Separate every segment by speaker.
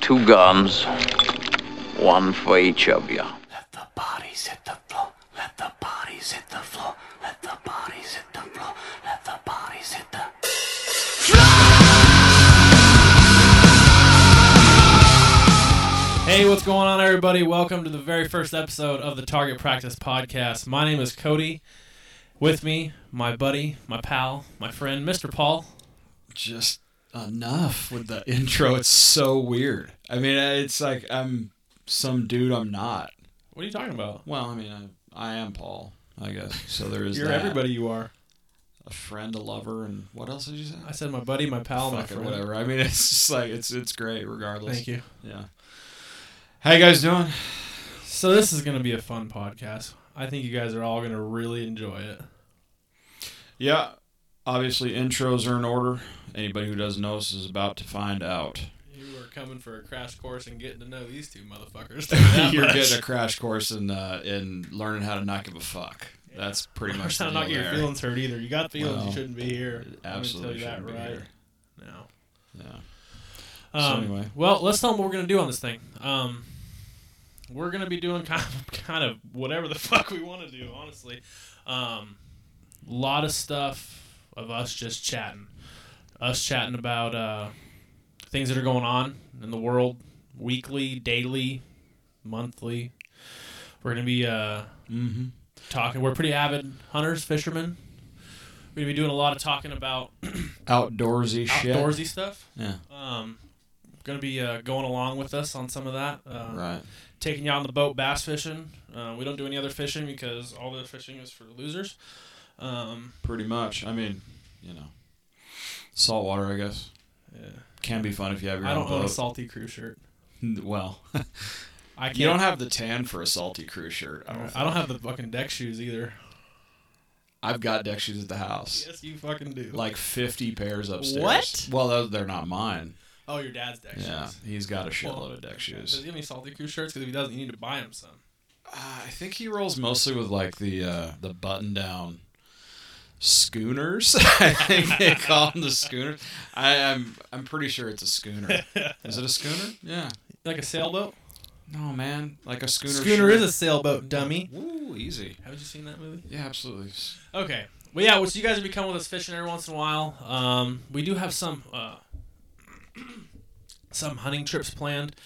Speaker 1: two guns, one for each of you.
Speaker 2: Let the bodies hit the floor. Let the bodies hit the floor. Let the bodies hit the floor. Let the bodies hit the.
Speaker 3: Hey, what's going on, everybody? Welcome to the very first episode of the Target Practice Podcast. My name is Cody. With me, my buddy, my pal, my friend, Mr. Paul.
Speaker 4: just enough with the intro. It's so weird. I mean, it's like I'm some dude I'm not.
Speaker 3: What are you talking about?
Speaker 4: Well, I mean, I, I am Paul, I guess. So there is
Speaker 3: You're
Speaker 4: that.
Speaker 3: everybody you are.
Speaker 4: A friend, a lover, and what else did you say?
Speaker 3: I said my buddy, my pal, my
Speaker 4: Fuck it,
Speaker 3: friend.
Speaker 4: whatever. I mean, it's just like it's it's great regardless.
Speaker 3: Thank you.
Speaker 4: Yeah. How you guys doing?
Speaker 3: So this is going to be a fun podcast. I think you guys are all going to really enjoy it.
Speaker 4: Yeah. Obviously, intros are in order. Anybody who doesn't know us is about to find out.
Speaker 3: You are coming for a crash course and getting to know these two motherfuckers.
Speaker 4: You're getting a crash course in uh, in learning how to not give a fuck. That's pretty much. the
Speaker 3: not
Speaker 4: deal
Speaker 3: knocking your
Speaker 4: there.
Speaker 3: feelings hurt either. You got feelings, you
Speaker 4: Well,
Speaker 3: shouldn't be here. I'm
Speaker 4: It
Speaker 3: gonna tell
Speaker 4: Absolutely
Speaker 3: you that
Speaker 4: shouldn't be
Speaker 3: right
Speaker 4: here.
Speaker 3: now.
Speaker 4: Yeah. So
Speaker 3: Um,
Speaker 4: anyway.
Speaker 3: Well, let's tell them what we're gonna do on this thing. Um, we're gonna be doing kind of, kind of whatever the fuck we want to do, honestly. A um, lot of stuff of us just chatting, us chatting about uh, things that are going on in the world, weekly, daily, monthly. We're gonna be uh,
Speaker 4: Mm-hmm.
Speaker 3: talking. We're pretty avid hunters, fishermen. We're gonna be doing a lot of talking about
Speaker 4: Outdoorsy shit.
Speaker 3: outdoorsy stuff.
Speaker 4: Yeah.
Speaker 3: um, going to be uh, going along with us on some of that. Uh,
Speaker 4: Right.
Speaker 3: Taking you on the boat bass fishing. Uh, we don't do any other fishing because all the fishing is for losers. Um,
Speaker 4: Pretty much. I mean, you know, saltwater. I guess
Speaker 3: yeah.
Speaker 4: can be fun if you have your
Speaker 3: I
Speaker 4: own
Speaker 3: don't own a
Speaker 4: boat.
Speaker 3: salty crew shirt.
Speaker 4: well,
Speaker 3: I can't.
Speaker 4: you don't have the tan for a salty crew shirt. I don't.
Speaker 3: I don't have the fucking deck shoes either.
Speaker 4: I've got deck shoes at the house.
Speaker 3: Yes, you fucking do.
Speaker 4: Like fifty pairs upstairs.
Speaker 3: What?
Speaker 4: Well, tho- they're not mine.
Speaker 3: oh, your dad's deck
Speaker 4: Yeah,
Speaker 3: shoes.
Speaker 4: he's got a shitload
Speaker 3: Well,
Speaker 4: of deck
Speaker 3: Does
Speaker 4: shoes.
Speaker 3: he have any salty crew shirts? Because if he doesn't, you need to buy him some.
Speaker 4: Uh, I think he rolls mostly with like the uh, the button down scooners. I think they call them the scooners. I, I'm I'm pretty sure it's a schooner. Is it a schooner? Yeah.
Speaker 3: Like a sailboat.
Speaker 4: No man, like a schooner.
Speaker 3: Schooner is a sailboat, dummy.
Speaker 4: a. Woo, easy.
Speaker 3: Haven't you seen that movie?
Speaker 4: Yeah, absolutely.
Speaker 3: Okay. Well, yeah. Well, so you guys will be coming with us fishing every once in a while. Um, we do have some uh, some hunting trips planned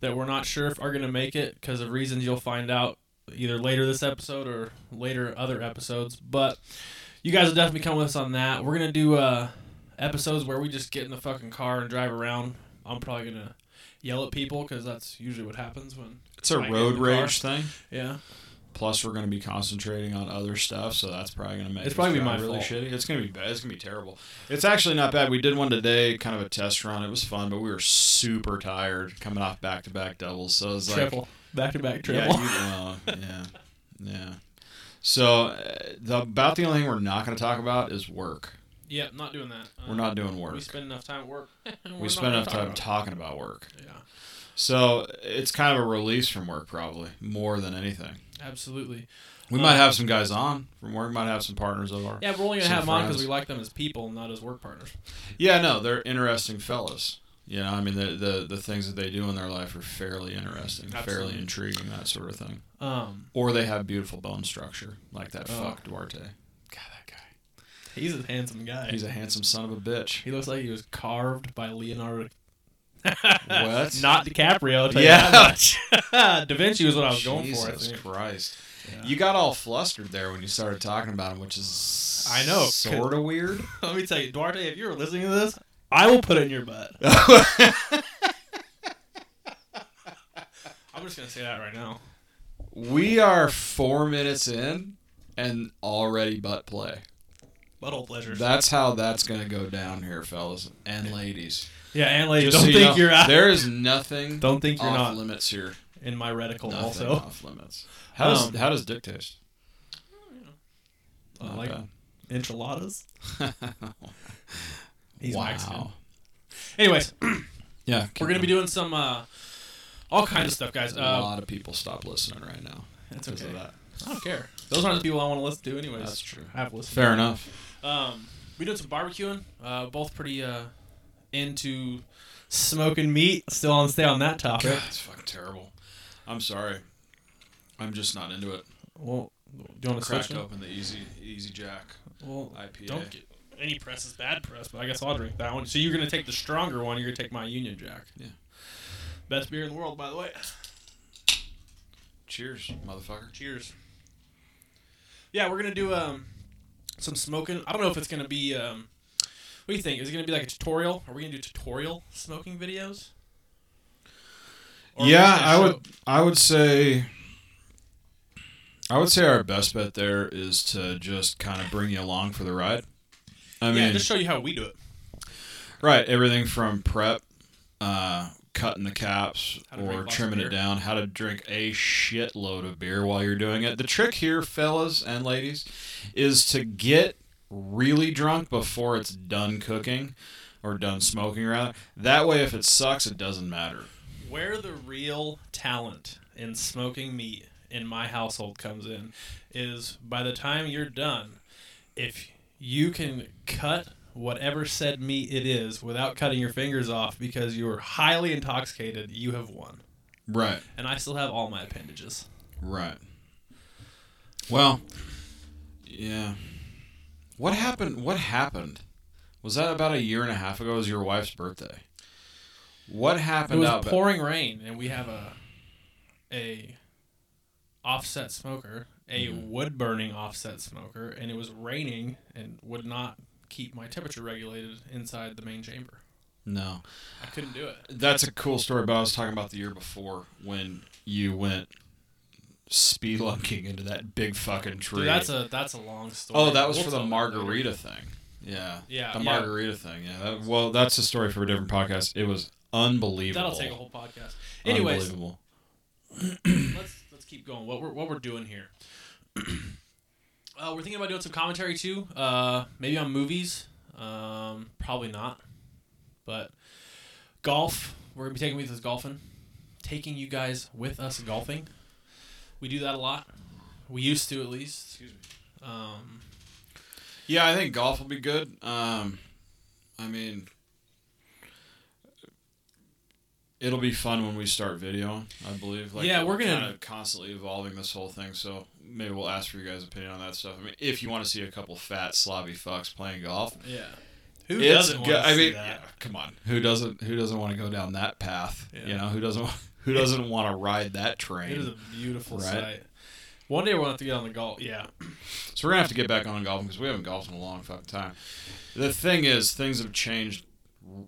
Speaker 3: that we're not sure if are going to make it because of reasons you'll find out either later this episode or later other episodes. But you guys will definitely come with us on that. We're gonna do uh, episodes where we just get in the fucking car and drive around. I'm probably gonna yell at people because that's usually what happens when
Speaker 4: It's a
Speaker 3: I get in
Speaker 4: road
Speaker 3: the car.
Speaker 4: rage thing.
Speaker 3: yeah.
Speaker 4: Plus, we're going to be concentrating on other stuff, so that's probably going to make
Speaker 3: It's
Speaker 4: us
Speaker 3: probably
Speaker 4: drive
Speaker 3: my
Speaker 4: really
Speaker 3: fault.
Speaker 4: shitty. It's going to be bad. It's going to be terrible. It's actually not bad. We did one today, kind of a test run. It was fun, but we were super tired coming off back to back doubles. So it was like
Speaker 3: triple back to back
Speaker 4: Yeah,
Speaker 3: triple.
Speaker 4: you- well, yeah, yeah. So uh, the about the only thing we're not going to talk about is work.
Speaker 3: yep, not doing that.
Speaker 4: We're
Speaker 3: Um,
Speaker 4: not doing work.
Speaker 3: We spend enough time at work. We're
Speaker 4: we
Speaker 3: not
Speaker 4: spend
Speaker 3: gonna
Speaker 4: enough
Speaker 3: talk
Speaker 4: time
Speaker 3: about it.
Speaker 4: talking about work.
Speaker 3: Yeah,
Speaker 4: So it's kind of a release from work, probably more than anything.
Speaker 3: absolutely.
Speaker 4: We
Speaker 3: Uh,
Speaker 4: might have some guys on from work. Might have some partners of ours. Yeah,
Speaker 3: Yeah, we're only gonna
Speaker 4: Some
Speaker 3: have them on because
Speaker 4: friends.
Speaker 3: we like them as people, not as work partners.
Speaker 4: no, they're interesting fellas. You know, I mean, the, the the things that they do in their life are fairly interesting,
Speaker 3: Absolutely.
Speaker 4: fairly intriguing, that sort of thing.
Speaker 3: Um,
Speaker 4: Or they have beautiful bone structure, like that
Speaker 3: Oh.
Speaker 4: fuck Duarte. God, that guy.
Speaker 3: he's a handsome guy.
Speaker 4: He's a handsome son of a bitch.
Speaker 3: he looks like he was carved by Leonardo.
Speaker 4: What?
Speaker 3: Not DiCaprio. I'll tell
Speaker 4: Yeah.
Speaker 3: You that much. da Vinci was what I was going for. I
Speaker 4: Jesus
Speaker 3: think.
Speaker 4: Christ.
Speaker 3: Yeah.
Speaker 4: You got all flustered there when you started talking about him, which is
Speaker 3: I know, 'cause-
Speaker 4: sort of weird.
Speaker 3: Let me tell you, Duarte. If you were listening to this, I will put it in your butt. I'm just gonna say that right now.
Speaker 4: we are four minutes in and already butt play.
Speaker 3: Butthole pleasures.
Speaker 4: That's how that's gonna go down here, fellas and ladies.
Speaker 3: yeah, and ladies,
Speaker 4: Just
Speaker 3: don't
Speaker 4: so you
Speaker 3: think
Speaker 4: know,
Speaker 3: you're out.
Speaker 4: There is nothing.
Speaker 3: Don't think you're
Speaker 4: off
Speaker 3: not
Speaker 4: limits here.
Speaker 3: in my reticle.
Speaker 4: Nothing
Speaker 3: also,
Speaker 4: off limits. How does
Speaker 3: Um,
Speaker 4: how does dick taste?
Speaker 3: I
Speaker 4: Not
Speaker 3: like
Speaker 4: bad.
Speaker 3: enchiladas. He's
Speaker 4: wow.
Speaker 3: Mexican. Anyways,
Speaker 4: Yeah,
Speaker 3: we're gonna be doing some uh, all kinds of stuff, guys.
Speaker 4: A
Speaker 3: Uh,
Speaker 4: lot of people stop listening right now
Speaker 3: that's
Speaker 4: because
Speaker 3: okay.
Speaker 4: of that.
Speaker 3: I don't care. Those aren't the people I want to listen to, anyways.
Speaker 4: That's true.
Speaker 3: I have listened.
Speaker 4: Fair enough.
Speaker 3: Um, we did some barbecuing. Uh, both pretty uh, into smoking meat. Still on stay on that topic.
Speaker 4: God, it's fucking terrible. I'm sorry. I'm just not into it.
Speaker 3: Well, do you want to switch?
Speaker 4: Cracked
Speaker 3: them?
Speaker 4: open the easy easy jack
Speaker 3: Well,
Speaker 4: IPA.
Speaker 3: don't get any press is bad press, but I guess I'll drink that one. So you're gonna take the stronger one. You're gonna take my Union Jack.
Speaker 4: Yeah.
Speaker 3: Best beer in the world, by the way.
Speaker 4: Cheers, motherfucker.
Speaker 3: Cheers. Yeah, we're gonna do um some smoking. I don't know if it's gonna be um. What do you think? Is it gonna be like a tutorial? Are we gonna do tutorial smoking videos? Or are we
Speaker 4: yeah,
Speaker 3: just gonna
Speaker 4: I
Speaker 3: show-
Speaker 4: would. I would say. I would say our best bet there is to just kind of bring you along for the ride. I
Speaker 3: yeah,
Speaker 4: mean,
Speaker 3: just show you how we do it.
Speaker 4: right? Everything from prep, uh, cutting the caps,
Speaker 3: How to drink
Speaker 4: or
Speaker 3: lots of
Speaker 4: trimming
Speaker 3: beer.
Speaker 4: it down. How to drink a shitload of beer while you're doing it. The trick here, fellas and ladies, is to get really drunk before it's done cooking or done smoking. Rather, that way, if it sucks, it doesn't matter.
Speaker 3: Where the real talent in smoking meat in my household comes in is by the time you're done, if you can cut whatever said meat it is without cutting your fingers off because you were highly intoxicated, you have won.
Speaker 4: Right.
Speaker 3: And I still have all my appendages.
Speaker 4: Right. Well, yeah. What happened? What happened? Was that about a year and a half ago? It was your wife's birthday? What
Speaker 3: It
Speaker 4: happened
Speaker 3: was
Speaker 4: out? ba-
Speaker 3: pouring rain, and we have a a offset smoker, a
Speaker 4: Mm-hmm.
Speaker 3: wood burning offset smoker, and it was raining and would not keep my temperature regulated inside the main chamber.
Speaker 4: no,
Speaker 3: I couldn't do it.
Speaker 4: that's a cool story. But I was talking about the year before when you went speed lunking into that big fucking tree.
Speaker 3: Dude, that's a that's a long story.
Speaker 4: oh, that was
Speaker 3: We'll
Speaker 4: for the
Speaker 3: tell it
Speaker 4: margarita thing. Yeah.
Speaker 3: Yeah,
Speaker 4: The
Speaker 3: yeah.
Speaker 4: margarita thing. Yeah. That, well, that's a story for a different podcast. It was
Speaker 3: later.
Speaker 4: unbelievable.
Speaker 3: That'll take a whole podcast. Anyways,
Speaker 4: Unbelievable.
Speaker 3: let's let's keep going. What we're what we're doing here. uh, we're thinking about doing some commentary too. Uh, maybe on movies. Um, probably not. But golf. We're gonna be taking with us golfing. Taking you guys with us golfing. We do that a lot. We used to at least. Excuse me. Um,
Speaker 4: Yeah, I think golf will be good. Um, I mean, it'll be fun when we start video. I believe.
Speaker 3: Yeah, we're gonna-
Speaker 4: kind of constantly evolving this whole thing. So maybe we'll ask for your guys' opinion on that stuff. I mean, if you want to see a couple fat slobby fucks playing golf,
Speaker 3: yeah. Who
Speaker 4: it's
Speaker 3: doesn't want
Speaker 4: go-
Speaker 3: to
Speaker 4: I
Speaker 3: see
Speaker 4: mean,
Speaker 3: that?
Speaker 4: yeah, come on, who doesn't? Who doesn't want to go down that path?
Speaker 3: Yeah.
Speaker 4: You know, who doesn't? Who doesn't want to ride that train?
Speaker 3: It is a beautiful
Speaker 4: Right.
Speaker 3: sight. One day we'll have to get on the golf. Yeah.
Speaker 4: So we're gonna have to get back on golfing because we haven't golfed in a long fucking time. The thing is, things have changed r-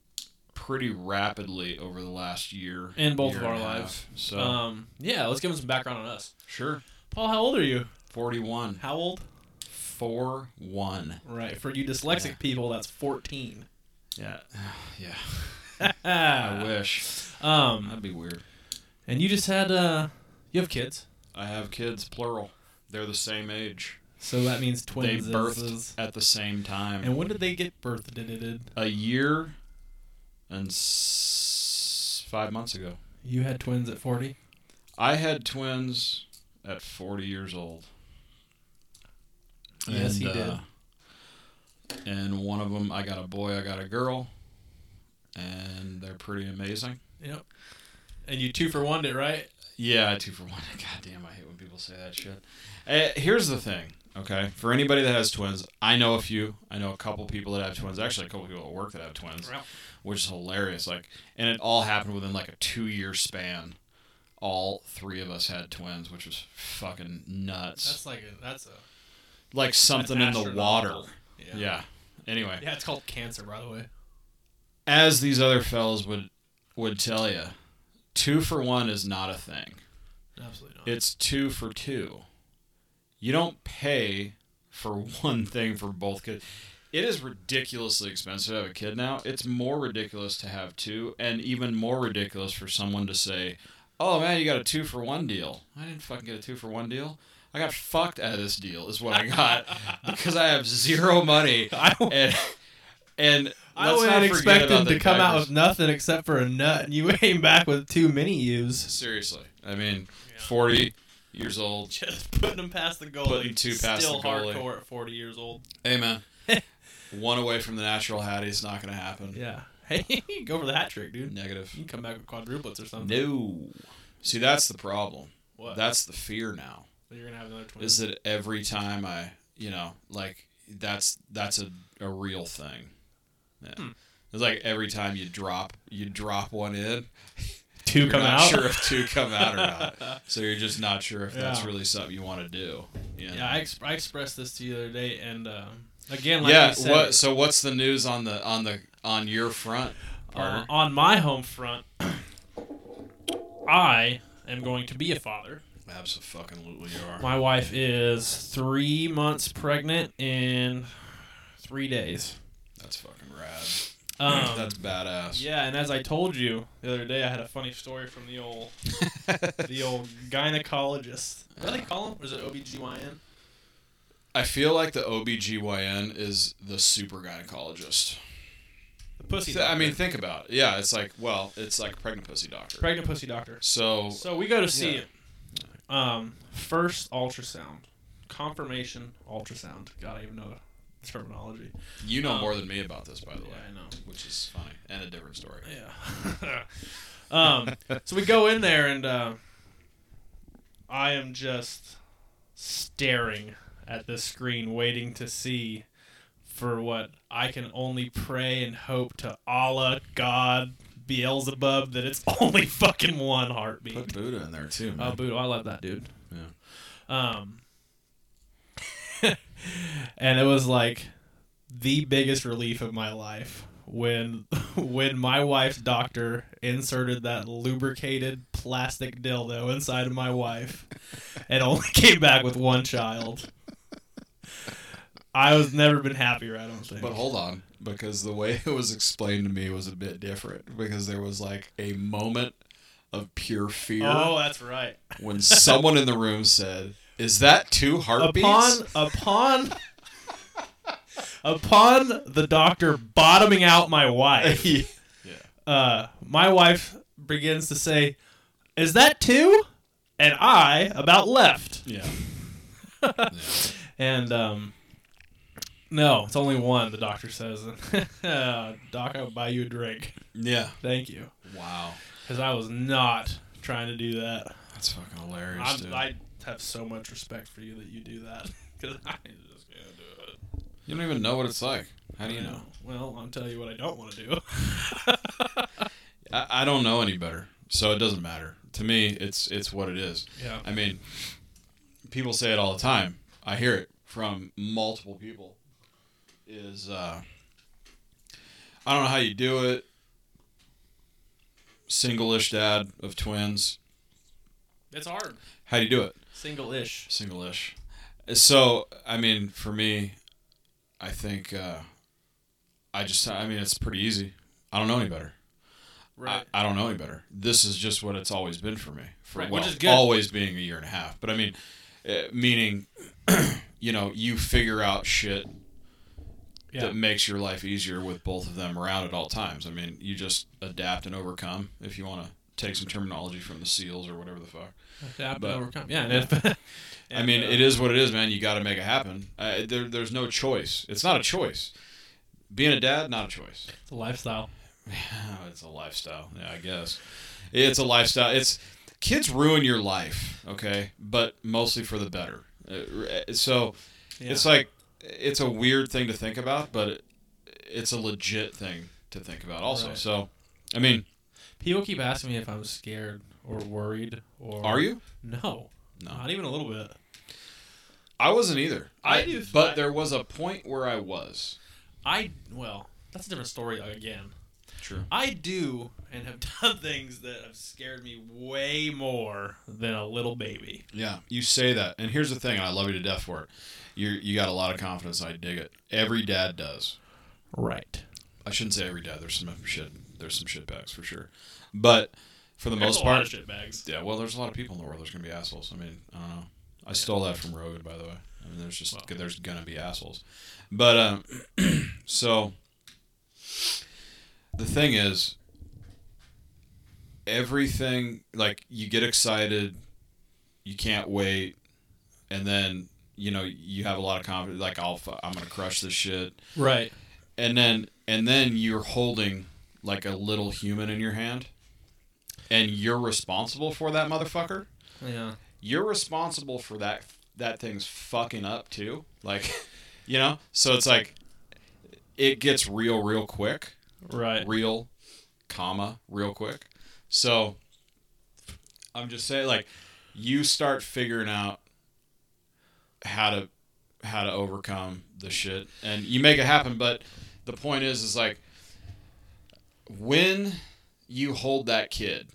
Speaker 4: pretty rapidly over the last year
Speaker 3: In both
Speaker 4: year
Speaker 3: of our
Speaker 4: and a half.
Speaker 3: lives.
Speaker 4: So
Speaker 3: Um, yeah, let's give them some background on us.
Speaker 4: sure,
Speaker 3: Paul, how old are you?
Speaker 4: forty-one,
Speaker 3: How old?
Speaker 4: four-one.
Speaker 3: Right. For you dyslexic
Speaker 4: Yeah.
Speaker 3: people, that's 14.
Speaker 4: Yeah, yeah. I
Speaker 3: um,
Speaker 4: wish that'd be weird.
Speaker 3: and you just had, uh, you have kids.
Speaker 4: I have kids, plural. They're the same age.
Speaker 3: So that means
Speaker 4: They
Speaker 3: twins.
Speaker 4: birthed at the same time.
Speaker 3: And when did they get birthed?
Speaker 4: a year and s- five months ago.
Speaker 3: You had twins at 40?
Speaker 4: I had twins at 40 years old.
Speaker 3: Yes, he
Speaker 4: did. uh, And one of them, I got a boy, I got a girl, and they're pretty amazing.
Speaker 3: Yep. And you two for one it, right?
Speaker 4: Yeah, I two for one. God damn, I hate when people say that shit. Eh, here's the thing, okay? For anybody that has twins, I know a few. I know a couple people that have twins. Actually, a couple people at work that have twins,
Speaker 3: Wow.
Speaker 4: which is hilarious. Like, and it all happened within like a two-year span. All three of us had twins, which was fucking nuts.
Speaker 3: That's like a, that's a.
Speaker 4: like something in
Speaker 3: that's
Speaker 4: the water.
Speaker 3: astronomical.
Speaker 4: Yeah.
Speaker 3: Yeah. yeah.
Speaker 4: Anyway,
Speaker 3: it's called cancer, by the way.
Speaker 4: as these other fellas would would tell you, two for one is not a thing.
Speaker 3: Absolutely not.
Speaker 4: It's two for two. You don't pay for one thing for both kids. It is ridiculously expensive to have a kid now. It's more ridiculous to have two, and even more ridiculous for someone to say, "Oh man, you got a two for one deal." I didn't fucking get a two for one deal. I got fucked out of this deal, is what I got, because I have zero money.
Speaker 3: I don't
Speaker 4: and and
Speaker 3: I
Speaker 4: let's
Speaker 3: wouldn't
Speaker 4: not forget
Speaker 3: expect
Speaker 4: about
Speaker 3: them to
Speaker 4: the
Speaker 3: come out
Speaker 4: diapers.
Speaker 3: with nothing except for a nut, and you came back with two mini U's.
Speaker 4: seriously. I mean,
Speaker 3: Yeah.
Speaker 4: forty years old.
Speaker 3: Just putting them past the goal.
Speaker 4: Putting two past
Speaker 3: Still
Speaker 4: the goalie.
Speaker 3: hardcore at 40 years old.
Speaker 4: Hey man, one away from the natural Hattie. It's not going to happen.
Speaker 3: Yeah. Hey, go for the hat trick, dude.
Speaker 4: Negative.
Speaker 3: You can come back with quadruplets or something.
Speaker 4: No. See, that's the problem.
Speaker 3: What?
Speaker 4: That's the fear now.
Speaker 3: You're gonna have another twenty.
Speaker 4: Is that every time I, you know, like that's that's a, a real thing. Yeah.
Speaker 3: Hmm.
Speaker 4: It's like every time you drop you drop one in,
Speaker 3: two
Speaker 4: you're
Speaker 3: come
Speaker 4: not
Speaker 3: out?
Speaker 4: sure if two come out or not. So you're just not sure if that's
Speaker 3: Yeah.
Speaker 4: really something you want to do. Yeah.
Speaker 3: Yeah, I, ex- I expressed this to you the other day, and uh, again, like
Speaker 4: yeah.
Speaker 3: you said,
Speaker 4: what? So what's the news on the on the on your front?
Speaker 3: uh,
Speaker 4: Parker?
Speaker 3: on my home front, I am going to be a father.
Speaker 4: Absolutely, you are.
Speaker 3: My wife is three months pregnant in three days.
Speaker 4: That's fucking rad.
Speaker 3: Um,
Speaker 4: that's badass.
Speaker 3: yeah, and as I told you the other day, I had a funny story from the old the old gynecologist. What do they call him? Or is it OBGYN?
Speaker 4: I feel like the OBGYN is the super gynecologist.
Speaker 3: The pussy.
Speaker 4: Th- I
Speaker 3: doctor.
Speaker 4: mean, think about it. Yeah, it's like, well, it's like pregnant pussy doctor.
Speaker 3: pregnant pussy doctor.
Speaker 4: So,
Speaker 3: So we go to see
Speaker 4: Yeah.
Speaker 3: it. Um, first ultrasound, confirmation ultrasound. God, I even know the terminology.
Speaker 4: you know
Speaker 3: um,
Speaker 4: more than me about this, by the way,
Speaker 3: I know.
Speaker 4: which is funny and a different story.
Speaker 3: Yeah. um, so we go in there, and uh, I am just staring at this screen, waiting to see for what I can only pray and hope to Allah, God, Beelzebub, that it's only fucking one heartbeat.
Speaker 4: Buddha in there, too,
Speaker 3: Oh, Buddha, I love that dude.
Speaker 4: Yeah.
Speaker 3: Um, and it was like the biggest relief of my life when when my wife's doctor inserted that lubricated plastic dildo inside of my wife and only came back with one child. I was never been happier, I don't think.
Speaker 4: But hold on, because the way it was explained to me was a bit different, because there was like a moment of pure fear
Speaker 3: oh, that's right.
Speaker 4: when someone in the room said, Is that two heartbeats?
Speaker 3: upon upon upon the doctor bottoming out my wife
Speaker 4: yeah.
Speaker 3: uh, my wife begins to say is that two and i about left
Speaker 4: Yeah.
Speaker 3: and um no it's only one the doctor says Uh, doc i'll buy you a drink
Speaker 4: Yeah.
Speaker 3: thank you
Speaker 4: Wow.
Speaker 3: because i was not trying to do that
Speaker 4: That's fucking hilarious,
Speaker 3: I'm,
Speaker 4: dude.
Speaker 3: i have so much respect for you that you do that because i just can't do it
Speaker 4: you don't even know what it's like. How do you know?
Speaker 3: Well, I'll tell you what I don't want to do.
Speaker 4: I, I don't know any better, so it doesn't matter to me. It's it's what it is.
Speaker 3: Yeah.
Speaker 4: I mean, people say it all the time. I hear it from multiple people. Is uh, I don't know how you do it. Single-ish dad of twins.
Speaker 3: It's hard.
Speaker 4: How do you do it?
Speaker 3: Single ish.
Speaker 4: Single-ish. So I mean, for me, I think uh, I just I mean it's pretty easy. I don't know any better.
Speaker 3: Right.
Speaker 4: I, I don't know any better. This is just what it's always been for me. For
Speaker 3: Right,
Speaker 4: well,
Speaker 3: which is good.
Speaker 4: always being a year and a half. But I mean, uh, meaning, you know, you figure out shit
Speaker 3: yeah.
Speaker 4: that makes your life easier with both of them around at all times. I mean, you just adapt and overcome if you want to take some terminology from the seals or whatever the fuck.
Speaker 3: yeah,
Speaker 4: but-
Speaker 3: overcome. Yeah. And if,
Speaker 4: I mean,
Speaker 3: uh,
Speaker 4: it is what it is, man. You got to make it happen. Uh, there, there's no choice. It's not a choice. Being a dad, not a choice.
Speaker 3: It's a lifestyle.
Speaker 4: Oh, it's a lifestyle. Yeah, I guess. It's a lifestyle. It's kids ruin your life, okay? But mostly for the better. Uh, So
Speaker 3: Yeah.
Speaker 4: it's like it's a weird thing to think about, but it, it's a legit thing to think about also.
Speaker 3: Right.
Speaker 4: So I mean,
Speaker 3: People keep asking me if I'm scared or worried or.
Speaker 4: are you?
Speaker 3: No.
Speaker 4: No.
Speaker 3: Not even a little bit.
Speaker 4: I wasn't either.
Speaker 3: I do-
Speaker 4: but there was a point where I was.
Speaker 3: I well, that's a different story again.
Speaker 4: True.
Speaker 3: I do and have done things that have scared me way more than a little baby.
Speaker 4: Yeah, you say that, and here's the thing, and I love you to death for it. You you got a lot of confidence. I dig it. Every dad does.
Speaker 3: Right.
Speaker 4: I shouldn't say every day. There's some shit. There's some shit bags for sure, but for the most
Speaker 3: a lot of
Speaker 4: part,
Speaker 3: shit bags.
Speaker 4: yeah. Well, there's a lot of people in the world. There's gonna be assholes. I mean, I don't know. I stole that from Rogan, by the way. I mean, there's just
Speaker 3: Wow.
Speaker 4: there's gonna be assholes, but um, so the thing is, everything like you get excited, you can't wait, and then you know you have a lot of confidence. Like I'll, fu- I'm gonna crush this shit
Speaker 3: Right.
Speaker 4: and then and then you're holding like a little human in your hand, and you're responsible for that motherfucker.
Speaker 3: Yeah.
Speaker 4: You're responsible for that that thing's fucking up too. Like, you know. So it's like it gets real, real quick.
Speaker 3: Right.
Speaker 4: Real, comma, real quick. So I'm just saying, like, you start figuring out how to how to overcome the shit, and you make it happen. But the point is, is like when you hold that kid,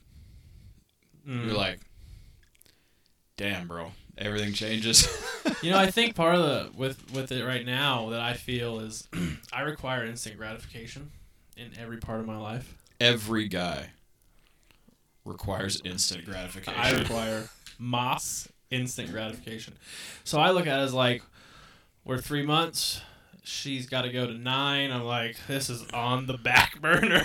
Speaker 3: Mm.
Speaker 4: you're like, damn, bro, everything changes.
Speaker 3: you know, I think part of the with with it right now that I feel is I require instant gratification in every part of my life.
Speaker 4: Every guy requires instant gratification.
Speaker 3: I require moss instant gratification. So I look at it as like we're three months. She's got to go to nine. I'm like, this is on the back burner.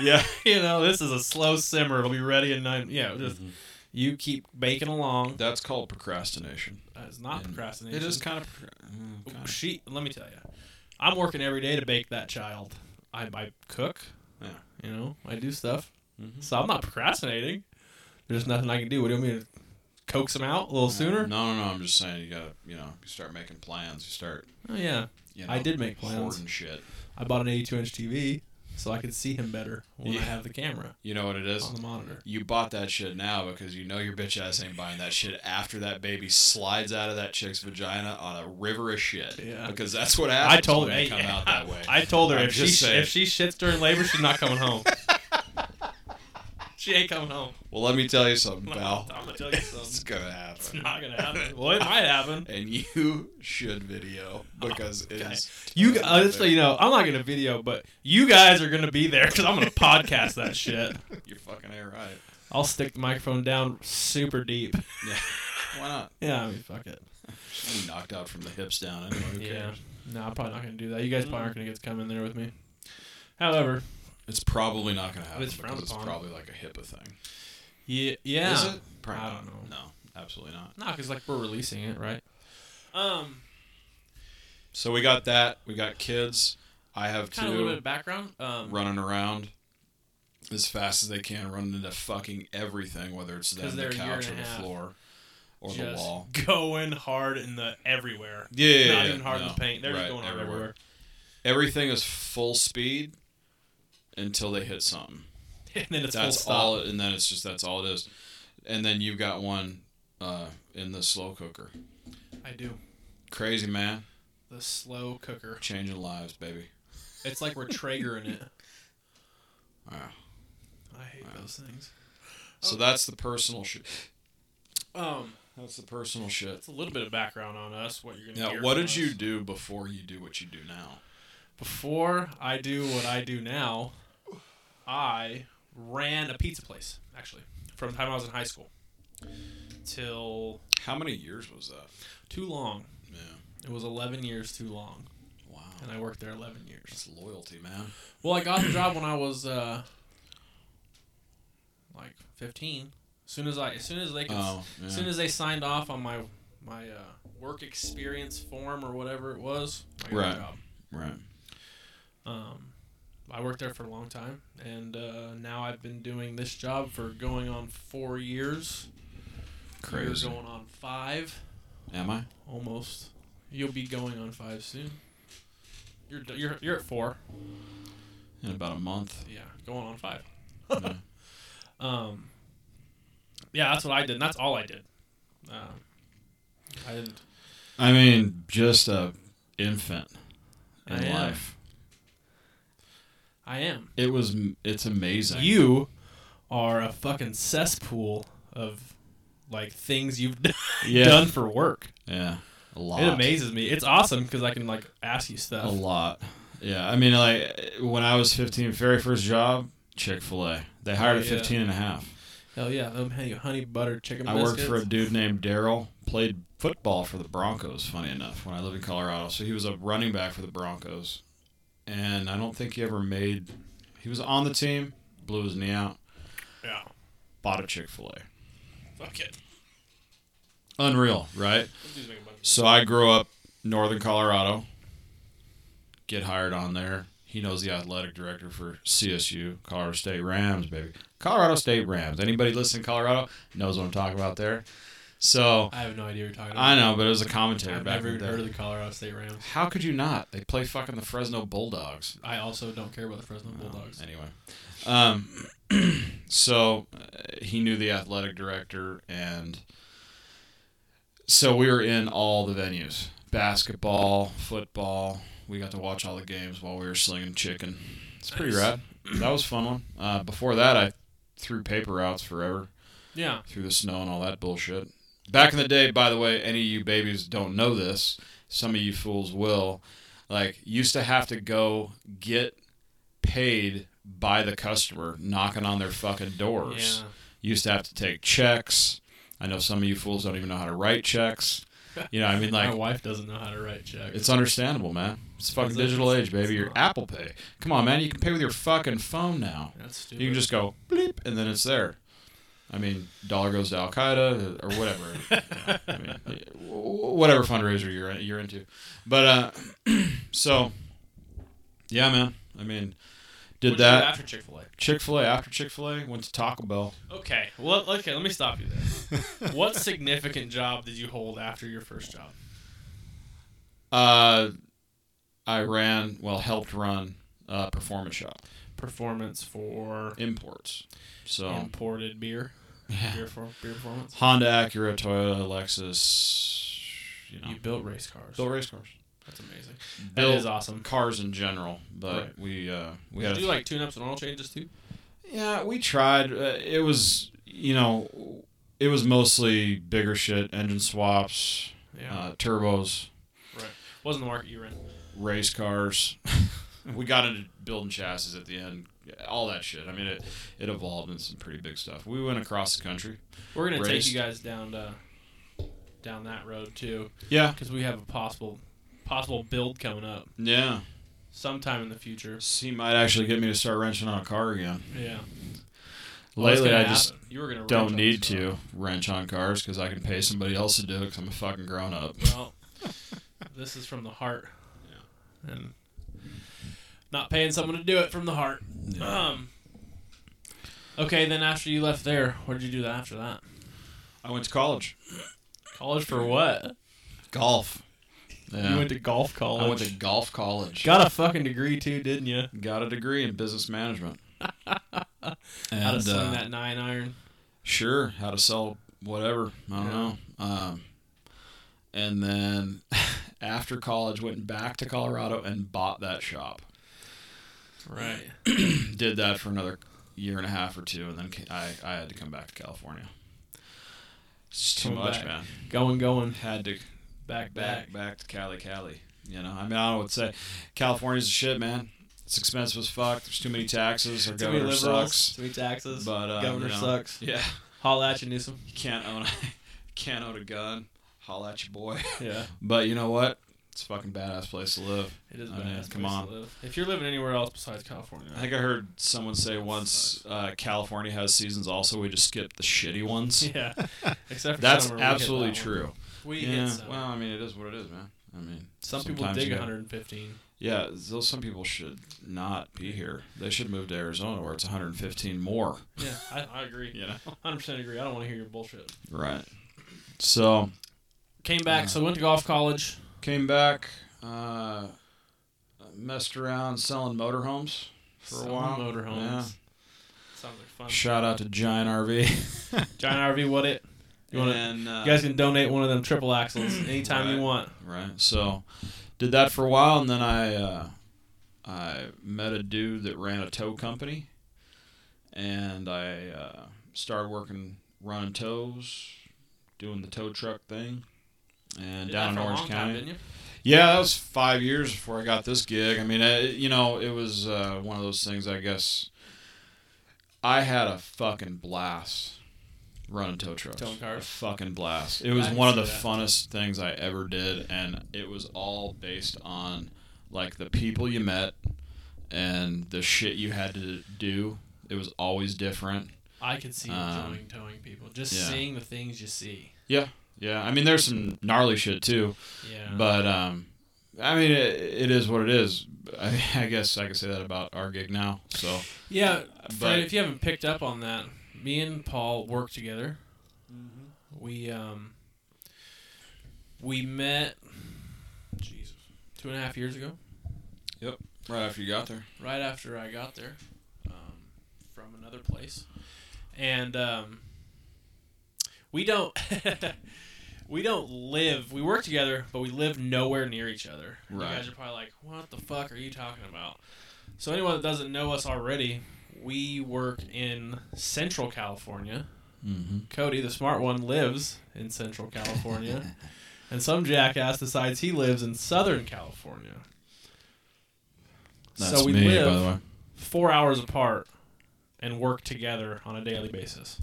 Speaker 4: yeah.
Speaker 3: you know, this is a slow simmer. It'll be ready in nine. Yeah, just
Speaker 4: Mm-hmm.
Speaker 3: you keep baking along.
Speaker 4: That's called procrastination.
Speaker 3: It's not
Speaker 4: And
Speaker 3: procrastination.
Speaker 4: It is kind of. procra- mm, kind of.
Speaker 3: she let me tell you i'm working every day to bake that child i, I cook
Speaker 4: Yeah.
Speaker 3: you know i do stuff
Speaker 4: Mhm.
Speaker 3: so i'm not procrastinating there's nothing i can do what do you want me to coax them out a little sooner
Speaker 4: Uh, No, no, no. I'm just saying you gotta, you know, you start making plans. You start,
Speaker 3: oh, yeah
Speaker 4: you know,
Speaker 3: I did make plans.
Speaker 4: hoarding shit.
Speaker 3: i bought an 82 inch tv so i could see him better when
Speaker 4: Yeah.
Speaker 3: i have the camera
Speaker 4: You know what it is?
Speaker 3: on the monitor
Speaker 4: You bought that shit now because you know your bitch ass ain't buying that shit after that baby slides out of that chick's vagina on a river of shit.
Speaker 3: Yeah.
Speaker 4: Because that's what happens
Speaker 3: I told her.
Speaker 4: when they
Speaker 3: hey,
Speaker 4: come out that way.
Speaker 3: I told her
Speaker 4: I'm
Speaker 3: if she
Speaker 4: just
Speaker 3: sh-
Speaker 4: saying.
Speaker 3: if she shits during labor, she's not coming home. she ain't coming home.
Speaker 4: well, let me tell you something, pal.
Speaker 3: I'm gonna tell you
Speaker 4: It's
Speaker 3: something.
Speaker 4: gonna
Speaker 3: It's
Speaker 4: happen.
Speaker 3: not gonna happen. Well, it might happen.
Speaker 4: And you should video because it's
Speaker 3: Oh, You gu- I'll just so you know, I'm not gonna video, but you guys are gonna be there because I'm gonna podcast that shit.
Speaker 4: You're fucking a right.
Speaker 3: I'll stick the microphone down super deep.
Speaker 4: Yeah. Why not?
Speaker 3: Yeah, I mean, fuck it.
Speaker 4: You knocked out from the hips down anyway. Who cares?
Speaker 3: Yeah, no, I'm probably not gonna do that. You guys probably aren't gonna get to come in there with me. However,
Speaker 4: It's probably not going to happen
Speaker 3: It's frowned
Speaker 4: because it's
Speaker 3: upon.
Speaker 4: probably like a HIPAA thing.
Speaker 3: yeah, yeah,
Speaker 4: Is it? Probably
Speaker 3: I don't
Speaker 4: not. No, absolutely not.
Speaker 3: no, because like we're releasing it, right? Um,
Speaker 4: So we got that. We got kids. I have
Speaker 3: kind of a little bit
Speaker 4: two
Speaker 3: of background. Um,
Speaker 4: running around as fast as they can, running into fucking everything, whether it's them,
Speaker 3: 'Cause
Speaker 4: the
Speaker 3: they're a year
Speaker 4: couch, or
Speaker 3: and
Speaker 4: the
Speaker 3: a half.
Speaker 4: floor, or the
Speaker 3: just
Speaker 4: wall.
Speaker 3: going hard in the everywhere.
Speaker 4: Yeah, yeah,
Speaker 3: not
Speaker 4: yeah,
Speaker 3: even hard in
Speaker 4: no,
Speaker 3: the paint. They're
Speaker 4: right,
Speaker 3: just going hard everywhere.
Speaker 4: Everything is full speed until they hit something.
Speaker 3: and then it's full
Speaker 4: that's
Speaker 3: stop.
Speaker 4: all, and then it's just that's all it is. And then you've got one uh, in the slow cooker.
Speaker 3: I do
Speaker 4: Crazy man,
Speaker 3: the slow cooker.
Speaker 4: changing lives, baby.
Speaker 3: It's like we're Traegering it.
Speaker 4: Wow.
Speaker 3: I hate those things. Oh,
Speaker 4: So that's the personal shit.
Speaker 3: Um,
Speaker 4: That's the personal shit.
Speaker 3: it's a little bit of background on us. What you're gonna
Speaker 4: Now,
Speaker 3: hear
Speaker 4: what
Speaker 3: from
Speaker 4: did you
Speaker 3: us.
Speaker 4: do before you do what you do now?
Speaker 3: before I do what I do now? I ran a pizza place actually from the time I was in high school till
Speaker 4: How many years was that?
Speaker 3: too long.
Speaker 4: Yeah.
Speaker 3: It was 11 years too long,
Speaker 4: Wow.
Speaker 3: and I worked there 11 years.
Speaker 4: That's loyalty, man.
Speaker 3: Well, I got the job when I was uh, like 15. As soon as I, as soon as they, could,
Speaker 4: Oh, yeah.
Speaker 3: as soon as they signed off on my my uh, work experience form or whatever it was, I got the
Speaker 4: Right.
Speaker 3: job.
Speaker 4: right.
Speaker 3: Um, I worked there for a long time, and uh, now I've been doing this job for going on four years.
Speaker 4: Crazy.
Speaker 3: You're going on five,
Speaker 4: Am I?
Speaker 3: almost. You'll be going on five soon. You're d- you're you're at four.
Speaker 4: In about a month.
Speaker 3: Yeah, going on five.
Speaker 4: Yeah.
Speaker 3: Um, yeah, that's what I did. and That's all I did. Um, I did.
Speaker 4: I mean, just a infant in
Speaker 3: I am.
Speaker 4: life.
Speaker 3: I am.
Speaker 4: It was. m- It's amazing.
Speaker 3: You are a fucking cesspool of like things you've d-
Speaker 4: Yeah.
Speaker 3: done for work.
Speaker 4: Yeah. A lot.
Speaker 3: It amazes me. It's awesome because I can like ask you
Speaker 4: A
Speaker 3: stuff.
Speaker 4: lot. Yeah. I mean, like when I was 15, very first job, Chick Fil A. They hired
Speaker 3: Oh,
Speaker 4: at
Speaker 3: yeah.
Speaker 4: 15 and a half.
Speaker 3: Hell yeah, them honey, honey butter chicken
Speaker 4: I
Speaker 3: biscuits.
Speaker 4: worked for a dude named Daryl. Played football for the Broncos. Funny enough, when I lived in Colorado, so he was a running back for the Broncos, and I don't think he ever made. He was on the team, blew his knee out,
Speaker 3: yeah,
Speaker 4: bought a Chick Fil A.
Speaker 3: fuck it.
Speaker 4: Unreal, right?
Speaker 3: Let's just make a bunch
Speaker 4: So I grew up northern Colorado. Get hired on there. He knows the athletic director for CSU, Colorado State Rams, baby. Colorado State Rams. Anybody listening to Colorado knows what I'm talking about there. So
Speaker 3: I have no idea what you're talking about.
Speaker 4: I know, but it was a commentator
Speaker 3: I've
Speaker 4: back
Speaker 3: never
Speaker 4: in
Speaker 3: even
Speaker 4: the day.
Speaker 3: heard of the Colorado State Rams.
Speaker 4: How could you not? They play fucking the Fresno Bulldogs.
Speaker 3: I also don't care about the
Speaker 4: Oh,
Speaker 3: Fresno Bulldogs.
Speaker 4: Anyway, um, so uh, he knew the athletic director, and so we were in all the venues: basketball, football. We got to watch all the games while we were slinging chicken. It's pretty
Speaker 3: Nice.
Speaker 4: rad. That was a fun one. Uh, before that, I threw paper routes forever
Speaker 3: Yeah.
Speaker 4: through the snow and all that bullshit. Back in the day, by the way, any of you babies don't know this. Some of you fools will. Like, used to have to go get paid by the customer knocking on their fucking doors.
Speaker 3: Yeah.
Speaker 4: Used to have to take checks. I know some of you fools don't even know how to write checks. You know, I mean,
Speaker 3: My
Speaker 4: like,
Speaker 3: wife doesn't know how to write checks.
Speaker 4: it's understandable, man. It's fucking digital age, baby. Your Apple Pay. Come on, man. You can pay with your fucking phone now.
Speaker 3: That's stupid.
Speaker 4: You can just go bleep, and then it's there. I mean, dollar goes to Al Qaeda or whatever. Yeah, I mean, wh- whatever fundraiser you're you're into. But uh, so yeah, man. I mean,
Speaker 3: What'd you
Speaker 4: did
Speaker 3: do
Speaker 4: that
Speaker 3: after Chick Fil A.
Speaker 4: Chick Fil A after Chick Fil A went to Taco Bell.
Speaker 3: Okay. Well, okay. Let me stop you there. what significant job did you hold after your first job?
Speaker 4: Uh, I ran well, helped run uh, performance shop
Speaker 3: Performance for
Speaker 4: imports. So
Speaker 3: imported beer.
Speaker 4: Yeah.
Speaker 3: Beer for beer performance.
Speaker 4: Honda, Acura, Toyota, Lexus. You know,
Speaker 3: You built race cars.
Speaker 4: built race cars.
Speaker 3: That's amazing.
Speaker 4: Built-
Speaker 3: that is awesome.
Speaker 4: cars in general, but
Speaker 3: Right.
Speaker 4: we uh, we
Speaker 3: Did
Speaker 4: had
Speaker 3: you do like tune ups and oil changes too?
Speaker 4: yeah we tried. Uh, it was you know it was mostly bigger shit, engine swaps,
Speaker 3: Yeah.
Speaker 4: uh, turbos,
Speaker 3: Wasn't the market you were in.
Speaker 4: race cars. we got into building chassis at the end, all that shit. I mean it it evolved into some pretty big stuff. We went across the country.
Speaker 3: We're gonna
Speaker 4: Raised.
Speaker 3: take you guys down to, down that road too,
Speaker 4: Yeah,
Speaker 3: because we have a possible possible build coming up
Speaker 4: yeah.
Speaker 3: sometime in the future.
Speaker 4: He might actually get me to start wrenching on a car again.
Speaker 3: Yeah. Well, it's
Speaker 4: Lately,
Speaker 3: gonna
Speaker 4: I just
Speaker 3: happen. you were gonna wrench
Speaker 4: don't
Speaker 3: on
Speaker 4: need
Speaker 3: this stuff.
Speaker 4: to wrench on cars because I can pay somebody else to do it because I'm a fucking grown up.
Speaker 3: Well, this is from the heart.
Speaker 4: Yeah.
Speaker 3: And not paying someone to do it from the heart.
Speaker 4: Yeah.
Speaker 3: Um. Okay, then after you left there, what did you do that after that?
Speaker 4: I went to college.
Speaker 3: College for what?
Speaker 4: Golf. Yeah.
Speaker 3: You went to golf college.
Speaker 4: I went to golf college.
Speaker 3: Got a fucking degree too, didn't you?
Speaker 4: Got a degree in business management. and,
Speaker 3: How to sling
Speaker 4: uh,
Speaker 3: that nine iron.
Speaker 4: Sure, how to sell whatever. I don't
Speaker 3: Yeah.
Speaker 4: know. Um, and then after college, went back to Colorado and bought that shop.
Speaker 3: Right.
Speaker 4: Did that for another year and a half or two, and then ca- I, I had to come back to California. It's too
Speaker 3: Come
Speaker 4: much,
Speaker 3: back.
Speaker 4: man.
Speaker 3: Going, going,
Speaker 4: Had to
Speaker 3: back, back.
Speaker 4: back back to Cali, Cali. You know, I mean, I would say California's the shit, man. It's expensive as fuck. There's too many taxes. Our
Speaker 3: Too many
Speaker 4: governor
Speaker 3: liberals.
Speaker 4: sucks.
Speaker 3: Too many taxes.
Speaker 4: But uh,
Speaker 3: Governor
Speaker 4: you know,
Speaker 3: sucks.
Speaker 4: Yeah,
Speaker 3: Holla at you, Newsom.
Speaker 4: you can't own a, can't own a gun. Holla at your boy.
Speaker 3: Yeah.
Speaker 4: But you know what? It's a fucking badass place to live.
Speaker 3: It is a
Speaker 4: I mean,
Speaker 3: badass
Speaker 4: come
Speaker 3: place
Speaker 4: on.
Speaker 3: to live. If you're living anywhere else besides California,
Speaker 4: I think I heard someone say once uh, California has seasons. Also, we just skip the shitty ones.
Speaker 3: yeah. Except for
Speaker 4: That's
Speaker 3: summer, we hit
Speaker 4: absolutely
Speaker 3: that one.
Speaker 4: true.
Speaker 3: We
Speaker 4: Yeah.
Speaker 3: hit summer.
Speaker 4: Well, I mean, it is what it is, man. I mean,
Speaker 3: Some people
Speaker 4: sometimes
Speaker 3: dig
Speaker 4: you gotta-
Speaker 3: 115.
Speaker 4: Yeah, those some people should not be here. They should move to Arizona where it's 115 more.
Speaker 3: Yeah, I, I agree.
Speaker 4: You know,
Speaker 3: 100% agree. I don't want to hear your bullshit.
Speaker 4: right? So
Speaker 3: Came back,
Speaker 4: Yeah.
Speaker 3: so went to golf college.
Speaker 4: came back, uh, messed around selling motorhomes for
Speaker 3: Selling
Speaker 4: a while.
Speaker 3: Motorhomes.
Speaker 4: Yeah.
Speaker 3: Sounds like fun.
Speaker 4: Shout out to Giant RV.
Speaker 3: John RV, what it? You want to?
Speaker 4: and, uh,
Speaker 3: You guys can donate one of them triple axles anytime you
Speaker 4: Right.
Speaker 3: want.
Speaker 4: right? So did that for a while, and then I uh, I met a dude that ran a tow company, and I uh, started working running tows, doing the tow truck thing, and
Speaker 3: Did
Speaker 4: down in
Speaker 3: that for a
Speaker 4: Orange
Speaker 3: long
Speaker 4: County.
Speaker 3: time, didn't you?
Speaker 4: Yeah, that was five years before I got this gig. I mean, I, you know, it was uh, one of those things. I guess I had a fucking blast running tow trucks.
Speaker 3: Towing cars.
Speaker 4: A fucking blast. It was
Speaker 3: I can
Speaker 4: one of
Speaker 3: see
Speaker 4: the
Speaker 3: that.
Speaker 4: funnest things I ever did, and it was all based on like the people you met and the shit you had to do. It was always different.
Speaker 3: I could see
Speaker 4: Um,
Speaker 3: enjoying towing people. Just
Speaker 4: yeah.
Speaker 3: seeing the things you see.
Speaker 4: Yeah, I mean, there's some gnarly shit too.
Speaker 3: Yeah.
Speaker 4: But um, I mean, it, it is what it is. Uh, I, I guess I could say that about our gig now. So
Speaker 3: Yeah, Fred,
Speaker 4: but-
Speaker 3: if you haven't picked up on that, me and Paul work together. We um we met Jesus two and a half years ago,
Speaker 4: right after you got there,
Speaker 3: right after I got there um, from another place, and um, we don't we don't live. We work together, but we live nowhere near each other. You
Speaker 4: Right.
Speaker 3: guys are probably like, "What the fuck are you talking about?" So anyone that doesn't know us already, we work in Central California.
Speaker 4: mm-hmm.
Speaker 3: Cody, the smart one, lives in Central California, and some jackass decides he lives in Southern California.
Speaker 4: that's
Speaker 3: so we
Speaker 4: me,
Speaker 3: live
Speaker 4: by the way.
Speaker 3: four hours apart and work together on a daily basis.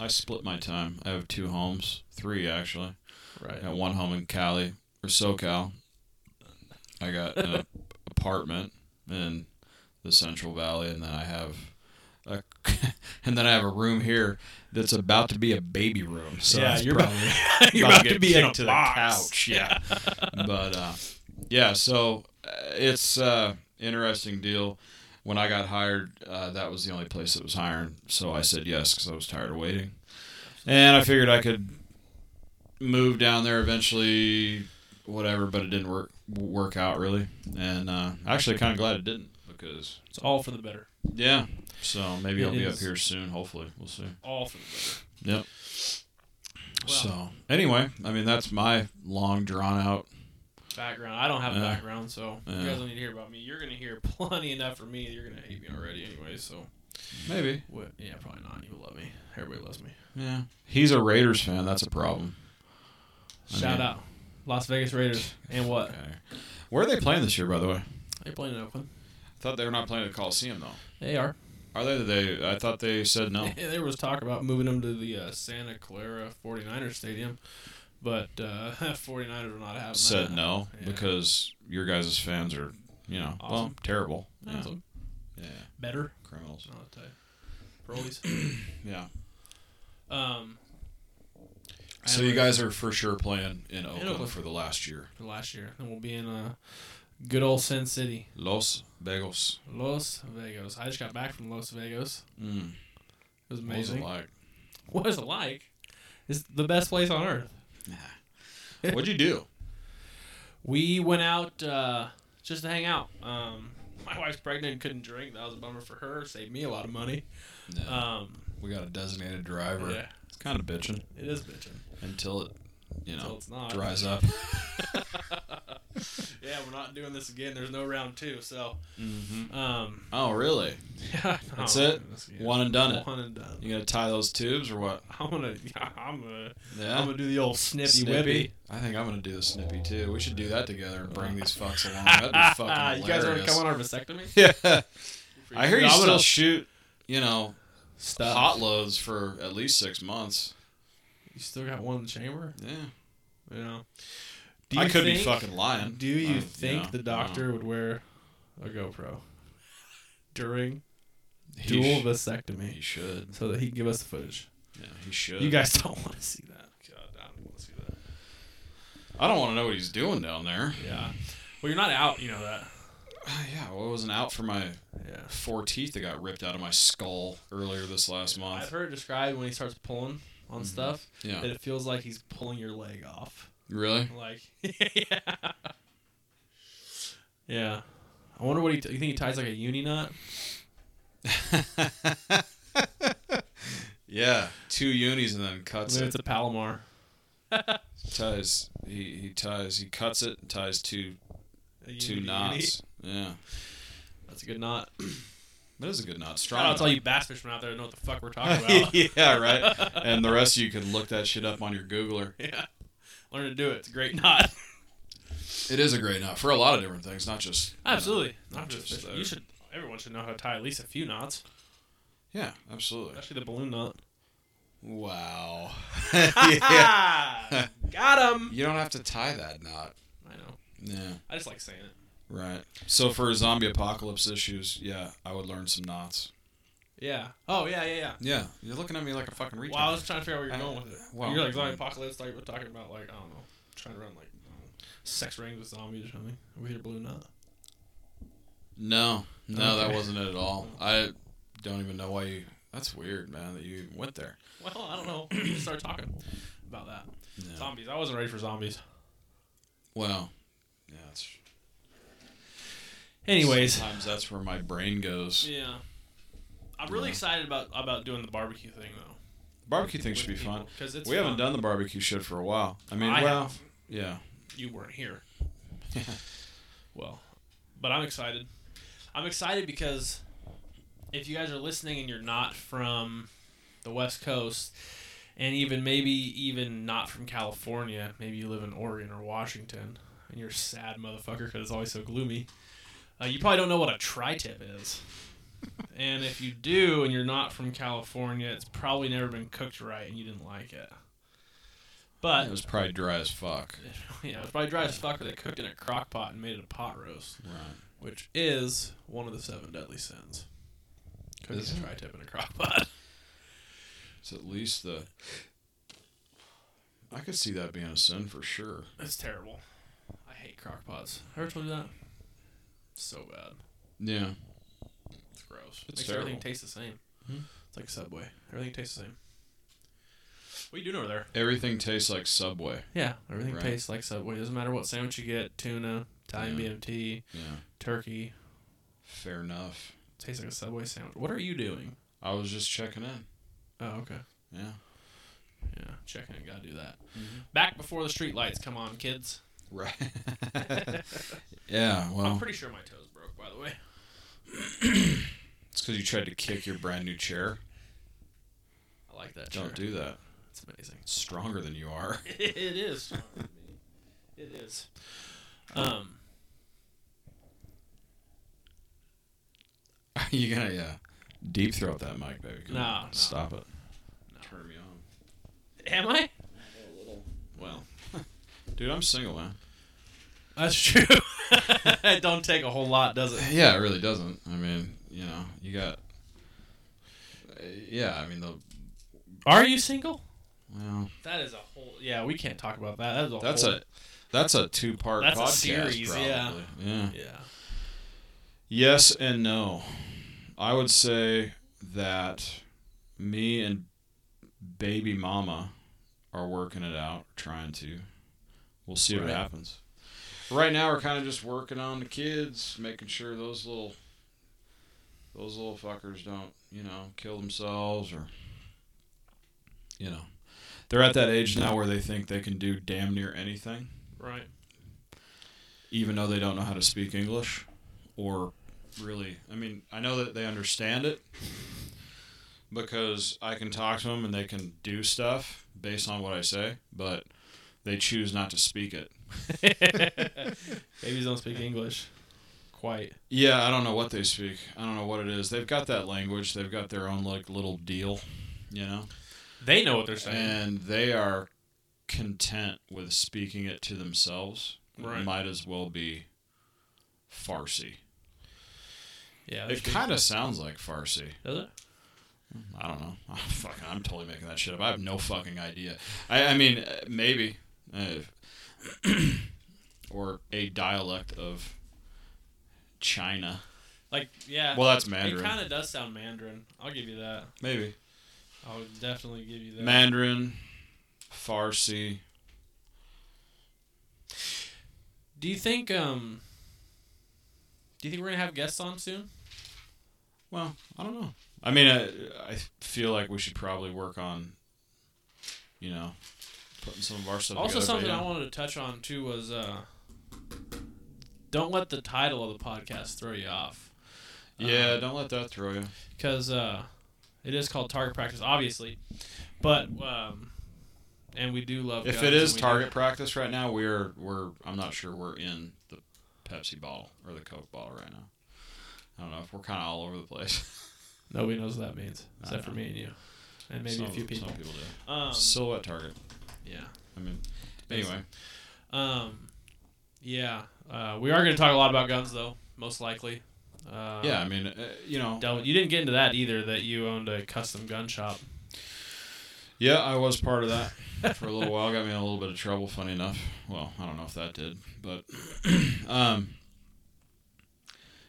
Speaker 4: I split my time. I have two homes, three actually. I
Speaker 3: Right.
Speaker 4: got one home in Cali or SoCal. I got an apartment in the Central Valley, and then I have a, and then I have a room here that's about to be a baby room. So
Speaker 3: Yeah,
Speaker 4: it's
Speaker 3: you're
Speaker 4: probably
Speaker 3: You're
Speaker 4: about
Speaker 3: about
Speaker 4: to
Speaker 3: to
Speaker 4: get
Speaker 3: be in a
Speaker 4: kicked to the
Speaker 3: box.
Speaker 4: couch. Yeah, but uh, yeah, so uh, it's uh, interesting deal. When I got hired, uh, that was the only place that was hiring, so I said yes because I was tired of waiting, and I figured I could move down there eventually, whatever. But it didn't work work out really, and uh, actually kind of glad it didn't because
Speaker 3: It's all for the better.
Speaker 4: yeah. So maybe
Speaker 3: It
Speaker 4: I'll be
Speaker 3: is.
Speaker 4: up here soon. Hopefully, we'll see.
Speaker 3: All for the better.
Speaker 4: Yep.
Speaker 3: Well-
Speaker 4: so anyway, I mean that's my long drawn out
Speaker 3: Background. I don't have a
Speaker 4: Yeah.
Speaker 3: background, so
Speaker 4: Yeah.
Speaker 3: you guys don't need to hear about me. You're gonna hear plenty enough for me. You're gonna hate me already anyway. So
Speaker 4: maybe.
Speaker 3: what? Yeah, probably not. You love me. Everybody loves me.
Speaker 4: Yeah. He's a Raiders fan, that's a problem. I
Speaker 3: Shout
Speaker 4: mean-
Speaker 3: out, Las Vegas Raiders. And what?
Speaker 4: Where are they playing this year by the way? I
Speaker 3: They're playing in Oakland.
Speaker 4: thought they were not playing at the Coliseum though.
Speaker 3: They are.
Speaker 4: Are they they I thought they said no.
Speaker 3: Yeah, there was talk about moving them to the uh, Santa Clara 49ers stadium, but uh, 49ers were not having
Speaker 4: said
Speaker 3: that.
Speaker 4: no
Speaker 3: Yeah.
Speaker 4: because your guys' fans are, you know, well,
Speaker 3: Awesome.
Speaker 4: terrible. Yeah.
Speaker 3: That's a-
Speaker 4: yeah.
Speaker 3: better.
Speaker 4: Criminals.
Speaker 3: I'll tell you. Parolees.
Speaker 4: Yeah.
Speaker 3: Um, I
Speaker 4: So
Speaker 3: had
Speaker 4: you
Speaker 3: a-
Speaker 4: guys are for sure playing in Oakland
Speaker 3: Oakland.
Speaker 4: for the last year.
Speaker 3: for last year, and we'll be in uh, good old Sin City,
Speaker 4: Los Vegas.
Speaker 3: Los Vegas. I just got back from Los Vegas.
Speaker 4: Mm.
Speaker 3: It was
Speaker 4: What was
Speaker 3: amazing.
Speaker 4: it like?
Speaker 3: What is it like? It's the best place on earth.
Speaker 4: What'd you do?
Speaker 3: We went out uh, just to hang out. Um, my wife's pregnant and couldn't drink. That was a bummer for her. Saved me a lot of money. Um,
Speaker 4: we got a designated driver.
Speaker 3: yeah,
Speaker 4: It's kind of bitching
Speaker 3: it is bitching.
Speaker 4: until it, you
Speaker 3: No,
Speaker 4: know,
Speaker 3: it's not.
Speaker 4: dries up.
Speaker 3: yeah, we're not doing this again. There's no round two. So,
Speaker 4: mm-hmm.
Speaker 3: um,
Speaker 4: Oh, really?
Speaker 3: yeah, no,
Speaker 4: That's it?
Speaker 3: this- yeah.
Speaker 4: One and done it.
Speaker 3: One and done.
Speaker 4: You gonna tie those tubes or what?
Speaker 3: I'm gonna, yeah, I'm gonna,
Speaker 4: Yeah.
Speaker 3: I'm gonna do the old snippy,
Speaker 4: Snippy. I think I'm gonna do the snippy too. We should do that together and bring these fucks along. That'd be
Speaker 3: whippy.
Speaker 4: fucking
Speaker 3: you guys want to
Speaker 4: hilarious.
Speaker 3: come on our vasectomy?
Speaker 4: Yeah. I hear you
Speaker 3: I'm
Speaker 4: still
Speaker 3: gonna
Speaker 4: shoot, you know,
Speaker 3: stuff.
Speaker 4: hot loads for at least six months.
Speaker 3: You still got one in the chamber,
Speaker 4: Yeah.
Speaker 3: you know.
Speaker 4: I could
Speaker 3: think,
Speaker 4: be fucking lying.
Speaker 3: Do you
Speaker 4: Uh,
Speaker 3: think
Speaker 4: no,
Speaker 3: the doctor would wear a GoPro during
Speaker 4: no. He
Speaker 3: dual
Speaker 4: sh- He
Speaker 3: vasectomy
Speaker 4: should.
Speaker 3: so that he can give us the footage?
Speaker 4: Yeah, he should.
Speaker 3: You guys don't want to see that. God, I don't want to see that.
Speaker 4: I don't want to know what he's doing down there.
Speaker 3: Yeah. Well, you're not out, you know that.
Speaker 4: Yeah, well, it wasn't out for my
Speaker 3: Yeah.
Speaker 4: four teeth that got ripped out of my skull earlier this last
Speaker 3: I've
Speaker 4: month.
Speaker 3: heard it described when he starts pulling on stuff
Speaker 4: Yeah.
Speaker 3: that it feels like he's pulling your leg off.
Speaker 4: Really?
Speaker 3: Like, yeah. Yeah. I wonder what he. T- you think he ties like a uni knot?
Speaker 4: yeah. Two unis and then cuts
Speaker 3: Maybe
Speaker 4: it.
Speaker 3: it's a Palomar.
Speaker 4: ties. He he ties. He cuts it. And ties two
Speaker 3: A uni-
Speaker 4: two
Speaker 3: uni.
Speaker 4: knots. Yeah.
Speaker 3: That's a good knot.
Speaker 4: That is a good knot.
Speaker 3: Shout
Speaker 4: Strong.
Speaker 3: out to all you bass fishermen out there that know what the fuck we're talking about.
Speaker 4: yeah. Right. And the rest of you can look that shit up on your Googler.
Speaker 3: yeah. Learn to do it. It's a great knot.
Speaker 4: It is a great knot for a lot of different things, not just. you know,
Speaker 3: Absolutely.
Speaker 4: Not just
Speaker 3: fishing.
Speaker 4: that.
Speaker 3: You should. Everyone should know how to tie at least a few knots,
Speaker 4: yeah. Absolutely.
Speaker 3: especially the balloon knot.
Speaker 4: Wow.
Speaker 3: Ah, got him.
Speaker 4: You don't have to tie that knot.
Speaker 3: I know.
Speaker 4: Yeah.
Speaker 3: I just like saying it.
Speaker 4: Right. So for zombie apocalypse issues, yeah, I would learn some knots.
Speaker 3: Yeah. Oh yeah, yeah, yeah.
Speaker 4: Yeah, you're looking at me like a fucking retard.
Speaker 3: Well, I was trying to figure out where
Speaker 4: I-
Speaker 3: you're going with it.
Speaker 4: well,
Speaker 3: you're like zombie
Speaker 4: um,
Speaker 3: apocalypse, like we're talking about, like I don't know, trying to run like I don't know, sex rings with zombies or something with your balloon knot.
Speaker 4: No, no, that
Speaker 3: Okay.
Speaker 4: wasn't it at all. I don't even know why you. That's weird, man, that you even went there.
Speaker 3: Well, I don't know. We just started talking about that.
Speaker 4: No.
Speaker 3: Zombies. I wasn't ready for zombies.
Speaker 4: Well, yeah, it's,
Speaker 3: Anyways.
Speaker 4: sometimes that's where my brain goes.
Speaker 3: Yeah. I'm really
Speaker 4: Yeah.
Speaker 3: excited about about doing the barbecue thing though.
Speaker 4: Barbecue thing should be fun.
Speaker 3: because it's
Speaker 4: we haven't
Speaker 3: fun.
Speaker 4: done the barbecue shit for a while. I mean,
Speaker 3: I
Speaker 4: well,
Speaker 3: have.
Speaker 4: yeah,
Speaker 3: you weren't here. well, but I'm excited. I'm excited because if you guys are listening and you're not from the West Coast, and even maybe even not from California, maybe you live in Oregon or Washington, and you're a sad motherfucker because it's always so gloomy. Uh, you probably don't know what a tri-tip is. and if you do, and you're not from California, it's probably never been cooked right, and you didn't like it. But
Speaker 4: it was probably dry as fuck.
Speaker 3: yeah, it was probably dry as fuck, or they cooked it in a crock pot and made it a pot roast,
Speaker 4: Right.
Speaker 3: which is one of the seven deadly sins. Cooking
Speaker 4: Is
Speaker 3: a
Speaker 4: it?
Speaker 3: tri tip in a crock pot.
Speaker 4: It's at least the. I could see that being a sin for sure.
Speaker 3: That's terrible. I hate crock pots. Ever told you that? So bad.
Speaker 4: Yeah.
Speaker 3: It's gross.
Speaker 4: It's
Speaker 3: Makes everything
Speaker 4: terrible.
Speaker 3: taste the same.
Speaker 4: Hmm.
Speaker 3: It's like Subway. Everything tastes the same. What are you doing over there?
Speaker 4: Everything tastes like Subway.
Speaker 3: Yeah, everything
Speaker 4: Right.
Speaker 3: tastes like Subway. Doesn't matter what sandwich you get tuna, Italian
Speaker 4: Yeah.
Speaker 3: BMT,
Speaker 4: Yeah.
Speaker 3: turkey.
Speaker 4: Fair enough.
Speaker 3: Tastes like a Subway sandwich. What are you doing?
Speaker 4: I was just checking in.
Speaker 3: Oh, okay.
Speaker 4: Yeah.
Speaker 3: Yeah, checking it. Gotta do that.
Speaker 4: Mhm.
Speaker 3: Back before the street lights come on, kids.
Speaker 4: Right. yeah. Well,
Speaker 3: I'm pretty sure my toes broke, by the way.
Speaker 4: it's because you tried to kick your brand new chair.
Speaker 3: I like that.
Speaker 4: Don't do that.
Speaker 3: It's amazing.
Speaker 4: It's stronger than you are.
Speaker 3: it is. stronger than me. It is. Um.
Speaker 4: Are you gonna yeah? Deep throat that mic, baby. Come
Speaker 3: No,
Speaker 4: on.
Speaker 3: no.
Speaker 4: Stop it.
Speaker 3: No.
Speaker 4: Turn me on.
Speaker 3: Am I?
Speaker 4: Well, dude, I'm single, man.
Speaker 3: That's true. it don't take a whole lot, does it?
Speaker 4: Yeah, it really doesn't. I mean, you know, you got. Uh, yeah, I mean the
Speaker 3: Are you single?
Speaker 4: well.
Speaker 3: That is a whole. Yeah, we can't talk about that. That is a
Speaker 4: That's
Speaker 3: whole,
Speaker 4: a that's a two part
Speaker 3: That's a
Speaker 4: podcast.
Speaker 3: series,
Speaker 4: probably.
Speaker 3: yeah.
Speaker 4: Yeah.
Speaker 3: Yeah.
Speaker 4: Yes and no. I would say that me and baby mama are working it out, trying to. We'll see what
Speaker 3: Right.
Speaker 4: happens. Right now we're kind of just working on the kids, making sure those little those little fuckers don't, you know, kill themselves or you know. They're at that age now where they think they can do damn near anything
Speaker 3: Right.
Speaker 4: even though they don't know how to speak English or really I mean I know that they understand it because I can talk to them and they can do stuff based on what I say but they choose not to speak it
Speaker 3: Babies don't speak English. Quite.
Speaker 4: yeah I don't know what they speak I don't know what it is they've got that language they've got their own like little deal you know
Speaker 3: They know what they're saying.
Speaker 4: and they are content with speaking it to themselves
Speaker 3: Right.
Speaker 4: might as well be Farsi
Speaker 3: yeah.
Speaker 4: it kind of sounds like Farsi
Speaker 3: Does it?
Speaker 4: I don't know. I'm fucking, I'm totally making that shit up. I have no fucking idea. I, I mean, uh, maybe, uh, or a dialect of China.
Speaker 3: Like yeah.
Speaker 4: Well, that's
Speaker 3: It
Speaker 4: Mandarin.
Speaker 3: kind of does sound Mandarin. I'll give you that.
Speaker 4: maybe
Speaker 3: I'll definitely give you that.
Speaker 4: Mandarin, Farsi.
Speaker 3: Do you think um do you think we're gonna have guests on soon?
Speaker 4: Well, I don't know. I mean, I, I feel like we should probably work on, you know, putting some of our stuff.
Speaker 3: also
Speaker 4: together, but
Speaker 3: something
Speaker 4: yeah.
Speaker 3: I wanted to touch on too was uh don't let the title of the podcast throw you off.
Speaker 4: Yeah,
Speaker 3: uh-huh.
Speaker 4: don't let that throw you.
Speaker 3: Because uh it is called target practice, obviously. But um and we do love
Speaker 4: If
Speaker 3: guns
Speaker 4: it is
Speaker 3: and we do-
Speaker 4: target practice right now, we're we're I'm not sure we're in the Pepsi bottle or the Coke bottle right now. I don't know if we're kind of all over the place.
Speaker 3: nobody knows what that means.
Speaker 4: I
Speaker 3: Except for
Speaker 4: know.
Speaker 3: me and you. And maybe a
Speaker 4: Some-
Speaker 3: few people.
Speaker 4: Some people do.
Speaker 3: Um
Speaker 4: Silhouette target.
Speaker 3: yeah.
Speaker 4: I mean, anyway,
Speaker 3: Um, yeah, uh, we are going to talk a lot about guns, though, most likely. Uh,
Speaker 4: yeah. I mean, uh, you know,
Speaker 3: Del- you didn't get into that either. That you owned a custom gun shop.
Speaker 4: yeah. I was part of that for a little while. Got me in a little bit of trouble. Funny enough. Well, I don't know if that did, but um,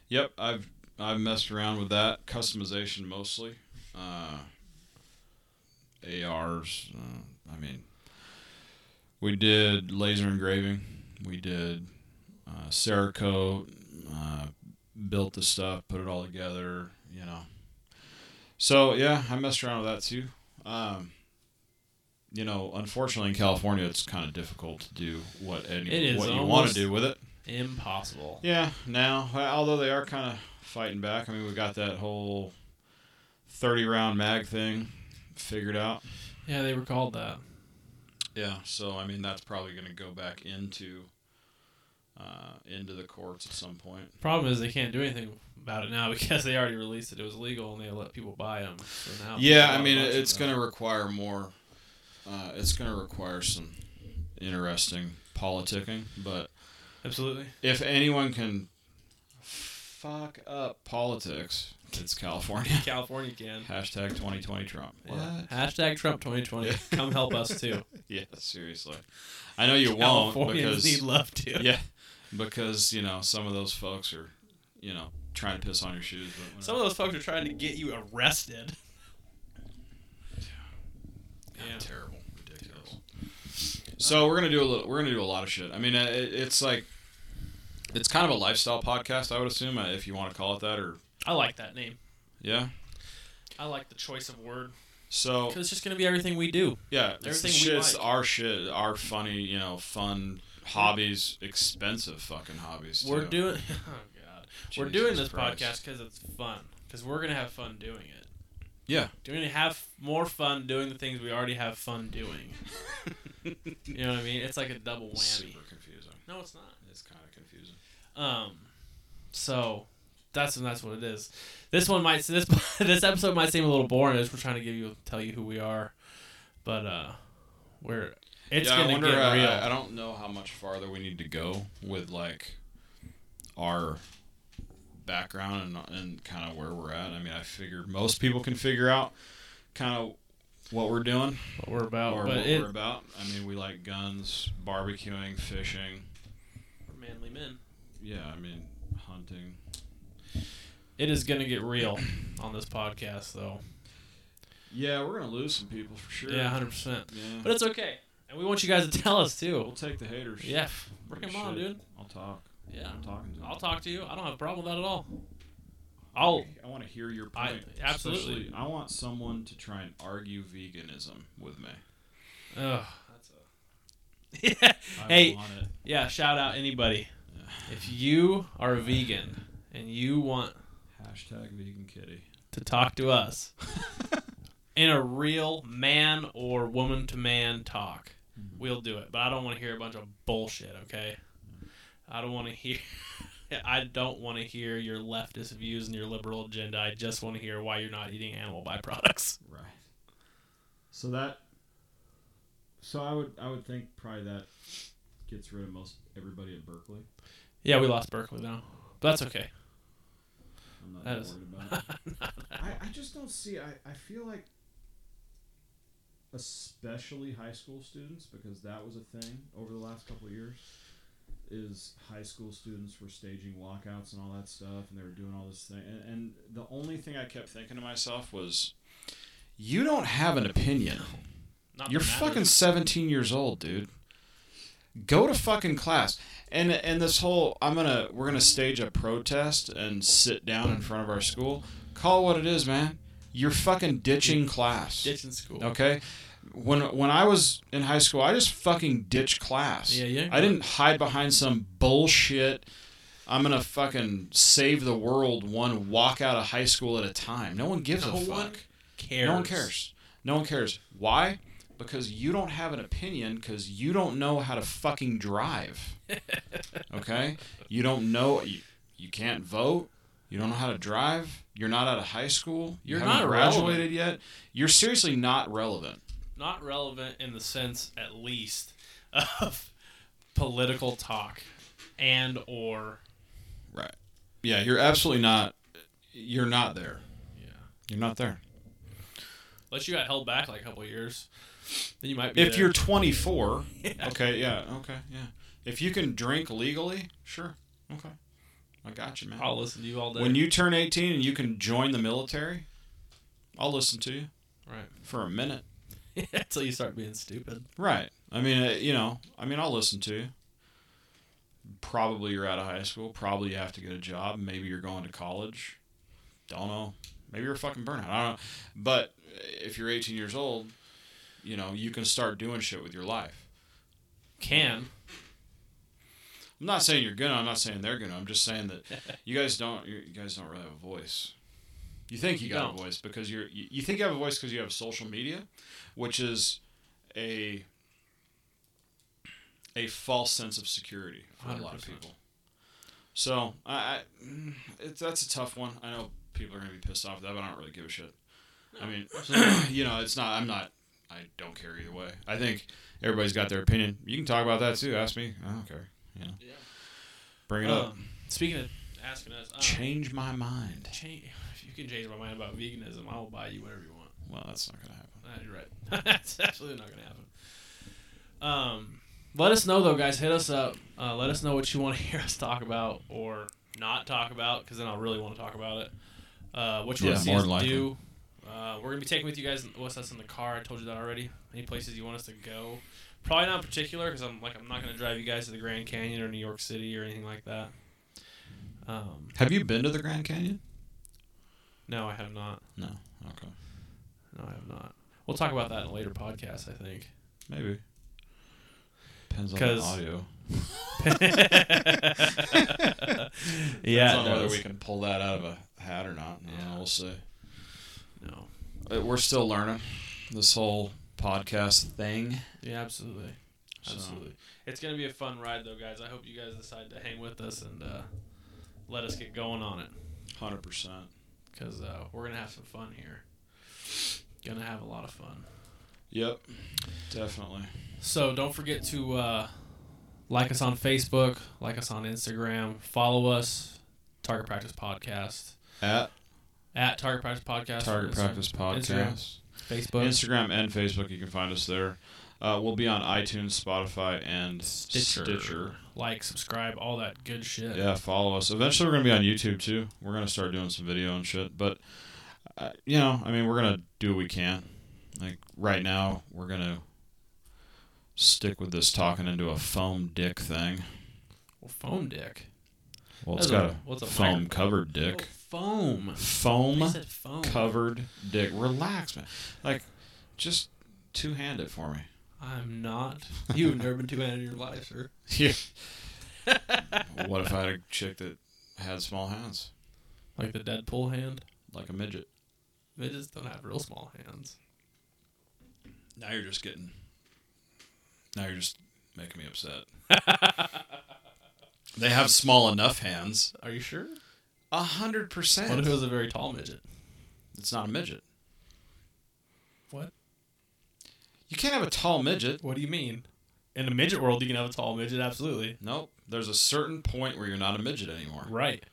Speaker 4: Yep, I've I've messed around with that customization mostly. Uh, ARs. Uh, I mean, we did laser engraving. We did uh, Cerakote. Uh, built the stuff, put it all together. You know. So yeah, I messed around with that too. Um, you know, unfortunately in California, it's kind of difficult to do what any
Speaker 3: It is
Speaker 4: what you want
Speaker 3: almost-
Speaker 4: to do with it.
Speaker 3: Impossible.
Speaker 4: Yeah, now although they are kind of fighting back. I mean, we got that whole thirty round mag thing figured out.
Speaker 3: Yeah, they were called that.
Speaker 4: Yeah, so I mean that's probably going to go back into uh, into the courts at some point.
Speaker 3: Problem is they can't do anything about it now because they already released it. It was legal and they let people buy them. So now
Speaker 4: Yeah, I mean it- it's going to require more. Uh, it's going to require some interesting politicking, but
Speaker 3: absolutely.
Speaker 4: if anyone can fuck up politics, it's California.
Speaker 3: California can.
Speaker 4: Hashtag 2020 Trump.
Speaker 3: Yeah. Hashtag Trump 2020. Come help us too.
Speaker 4: Yeah, seriously. I know you won't
Speaker 3: Californians
Speaker 4: because
Speaker 3: need love too.
Speaker 4: yeah, because you know some of those folks are, you know, trying to piss on your shoes. But
Speaker 3: Some of those folks are trying to get you arrested.
Speaker 4: yeah.
Speaker 3: Yeah.
Speaker 4: terrible, ridiculous. So we're gonna do a little. We're gonna do a lot of shit. I mean, uh, it, it's like, it's kind of a lifestyle podcast. I would assume uh, if you want to call it that, or
Speaker 3: I like that name.
Speaker 4: yeah.
Speaker 3: I like the choice of word. Oh.
Speaker 4: So
Speaker 3: 'Cause it's just going to be everything we do.
Speaker 4: Yeah, it's the
Speaker 3: Everything we
Speaker 4: shit, it's
Speaker 3: like.
Speaker 4: our shit, our funny, you know, fun hobbies, expensive fucking hobbies.
Speaker 3: We're
Speaker 4: too.
Speaker 3: doing. Oh, God. we're
Speaker 4: Jesus
Speaker 3: doing this
Speaker 4: Christ.
Speaker 3: podcast because it's fun. Because we're going to have fun doing it.
Speaker 4: Yeah.
Speaker 3: We're going to have more fun doing the things we already have fun doing. you know what I mean? It's like a double whammy.
Speaker 4: Super confusing.
Speaker 3: No, it's not.
Speaker 4: It's kind of confusing.
Speaker 3: Um, so that's that's what it is. This one might this this episode might seem a little boring as we're trying to give you tell you who we are, but uh, we're it's
Speaker 4: yeah,
Speaker 3: gonna
Speaker 4: I wonder. uh,
Speaker 3: get
Speaker 4: I,
Speaker 3: real.
Speaker 4: I, I don't know how much farther we need to go with like our background and and kind of where we're at. I mean, I figure most people can figure out kind of what we're doing
Speaker 3: what we're about,
Speaker 4: or
Speaker 3: Oh, but
Speaker 4: what
Speaker 3: it
Speaker 4: we're about. I mean, we like guns, barbecuing, fishing.
Speaker 3: manly men.
Speaker 4: Yeah, I mean, hunting.
Speaker 3: It is gonna get real on this podcast, though.
Speaker 4: Yeah, we're gonna lose some people for sure.
Speaker 3: Yeah, hundred percent.
Speaker 4: Yeah.
Speaker 3: But it's okay, and we want you guys to tell us
Speaker 4: we'll
Speaker 3: too.
Speaker 4: take the haters.
Speaker 3: Yeah, bring
Speaker 4: Like
Speaker 3: them on,
Speaker 4: shit.
Speaker 3: dude.
Speaker 4: I'll talk.
Speaker 3: Yeah,
Speaker 4: I'm talking to.
Speaker 3: I'll talk to you. I don't have a problem with that at all. I'll
Speaker 4: I want to hear your
Speaker 3: Oh. I-
Speaker 4: point.
Speaker 3: absolutely.
Speaker 4: Especially, I want someone to try and argue veganism with me.
Speaker 3: Ugh, that's a. Yeah.
Speaker 4: I
Speaker 3: Hey.
Speaker 4: want it.
Speaker 3: Yeah, shout out anybody. If you are a vegan and you want
Speaker 4: Hashtag vegan kitty.
Speaker 3: to talk to us in a real man or woman to man talk,
Speaker 4: Mm-hmm.
Speaker 3: we'll do it. But I don't want to hear a bunch of bullshit, okay? I don't want to hear. I don't want to hear your leftist views and your liberal agenda. I just want to hear why you're not eating animal byproducts.
Speaker 4: Right. So that. So I would I would think probably that gets rid of most everybody at Berkeley.
Speaker 3: Yeah, we lost Berkeley now, but that's okay.
Speaker 4: I'm not
Speaker 3: That is-
Speaker 4: about I, I just don't see. I, I feel like, especially high school students, because that was a thing over the last couple of years, is high school students were staging walkouts and all that stuff, and they were doing all this thing. And, and the only thing I kept thinking to myself was, you don't have an opinion.
Speaker 3: Not that
Speaker 4: You're
Speaker 3: it
Speaker 4: fucking
Speaker 3: matters.
Speaker 4: 17 years old, dude. Go to fucking class. And and this whole I'm going to we're going to stage a protest and sit down in front of our school. Call it what it is, man. You're fucking ditching class.
Speaker 3: ditching school.
Speaker 4: Okay? When when I was in high school, I just fucking ditched class.
Speaker 3: Yeah, yeah.
Speaker 4: I didn't hide behind some bullshit I'm going to fucking save the world one walk out of high school at a time. No one gives
Speaker 3: No
Speaker 4: a fuck.
Speaker 3: one Cares.
Speaker 4: No one cares. No one cares. Why? Because you don't have an opinion because you don't know how to fucking drive. okay? You don't know. You, you can't vote. You don't know how to drive. You're not out of high school. You
Speaker 3: You're
Speaker 4: haven't
Speaker 3: not
Speaker 4: graduated yet. You're seriously not relevant.
Speaker 3: not relevant in the sense at least of political talk and or
Speaker 4: Right. Yeah, you're absolutely not. You're not there.
Speaker 3: yeah
Speaker 4: You're not there.
Speaker 3: unless you got held back like a couple years then you might be
Speaker 4: If
Speaker 3: there.
Speaker 4: you're 24,
Speaker 3: Yeah.
Speaker 4: okay, yeah, okay, yeah. If you can drink legally, sure, okay. I I got you, man.
Speaker 3: I'll listen to you all day.
Speaker 4: when you turn 18 and you can join the military, I'll listen to you
Speaker 3: right
Speaker 4: for a minute.
Speaker 3: until you start being stupid.
Speaker 4: Right. I mean, uh, you know, I mean, I'll listen to you. Probably you're out of high school. Probably you have to get a job. Maybe you're going to college. Don't know. Maybe you're a fucking burnout. I don't know. But uh, if you're 18 years old, you know, you can start doing shit with your life.
Speaker 3: Can
Speaker 4: I'm not saying you're gonna. I'm not saying they're gonna. I'm just saying that you guys don't. You you guys don't really have a voice. You think you
Speaker 3: You
Speaker 4: got a
Speaker 3: don't.
Speaker 4: voice because you're. You you think you have a voice because you have social media, which is a a false sense of security for a lot of
Speaker 3: 100%.
Speaker 4: people. So I, I mm, it's, that's a tough one. I know people are gonna be pissed off at that, but I don't really give a shit. I mean, you know, it's not. I'm not. I don't care either way. I think everybody's got their opinion. You can talk about that too. Ask me. I don't care. You know.
Speaker 3: Yeah.
Speaker 4: Bring it up.
Speaker 3: um, speaking of asking us, um,
Speaker 4: Change my mind.
Speaker 3: change. If you can change my mind about veganism, I will buy you whatever you want.
Speaker 4: Well, that's not gonna happen.
Speaker 3: Ah, you're right. That's absolutely not gonna happen. Um, let us know though, guys. Hit us up. Uh, let us know what you want to hear us talk about or not talk about, because then I'll really want to talk about it. Uh, what you
Speaker 4: Yeah,
Speaker 3: want to see
Speaker 4: more
Speaker 3: us
Speaker 4: than likely.
Speaker 3: do. Uh, we're gonna be taking with you guys what's us in the car. I told you that already. Any places you want us to go? Probably not in particular, because I'm like I'm not gonna drive you guys to the Grand Canyon or New York City or anything like that. Um,
Speaker 4: Have you been to the Grand Canyon?
Speaker 3: no, I have not.
Speaker 4: No. Okay.
Speaker 3: No, I have not. We'll talk about that in a later podcast, I think.
Speaker 4: Maybe. Depends on
Speaker 3: 'Cause-
Speaker 4: the audio.
Speaker 3: yeah,
Speaker 4: Depends on whether
Speaker 3: does.
Speaker 4: we can pull that out of a hat or not. I don't know, we'll see.
Speaker 3: No.
Speaker 4: Uh, We're still learning this whole podcast thing.
Speaker 3: Yeah, absolutely.
Speaker 4: So-
Speaker 3: Absolutely. It's going to be a fun ride, though, guys. I hope you guys decide to hang with us and uh, let us get going on it
Speaker 4: Hundred percent.
Speaker 3: because uh, we're going to have some fun here. Going to have a lot of fun.
Speaker 4: Yep. Definitely.
Speaker 3: So don't forget to uh, like us on Facebook, like us on Instagram, follow us, Target Practice Podcast,
Speaker 4: At
Speaker 3: at Target Practice Podcast,
Speaker 4: Target
Speaker 3: Insta-
Speaker 4: Practice
Speaker 3: Instagram.
Speaker 4: Podcast.
Speaker 3: Facebook,
Speaker 4: Instagram and Facebook. You can find us there. Uh, we'll be on iTunes, Spotify, and
Speaker 3: Stitcher.
Speaker 4: Stitcher.
Speaker 3: like, subscribe, all that good shit.
Speaker 4: Yeah, follow us. Eventually, we're gonna be on YouTube too. We're gonna start doing some video and shit. But uh, you know, I mean, we're gonna do what we can. Like right now, we're gonna stick with this talking into a foam dick thing.
Speaker 3: Well, foam dick.
Speaker 4: Well, it's
Speaker 3: That's a-
Speaker 4: got
Speaker 3: what's
Speaker 4: a
Speaker 3: a
Speaker 4: foam
Speaker 3: micro-
Speaker 4: covered
Speaker 3: Oh,
Speaker 4: dick.
Speaker 3: foam.
Speaker 4: Foam.
Speaker 3: I said foam.
Speaker 4: covered dick. Relax, man. Like, just two hand it for me.
Speaker 3: I'm not. You've never been too handed in your life, sir.
Speaker 4: Yeah. what if I had a chick that had small hands,
Speaker 3: Like the Deadpool hand.
Speaker 4: like a midget?
Speaker 3: They just don't have real small hands.
Speaker 4: Now you're just getting. Now you're just making me upset. they have small enough hands.
Speaker 3: Are you sure?
Speaker 4: A hundred
Speaker 3: What if it
Speaker 4: percent.
Speaker 3: was a very tall midget?
Speaker 4: It's not a midget.
Speaker 3: What?
Speaker 4: You can't have a tall midget.
Speaker 3: What do you mean? In the midget world, you can have a tall midget, absolutely.
Speaker 4: Nope. There's a certain point where you're not a midget anymore.
Speaker 3: Right.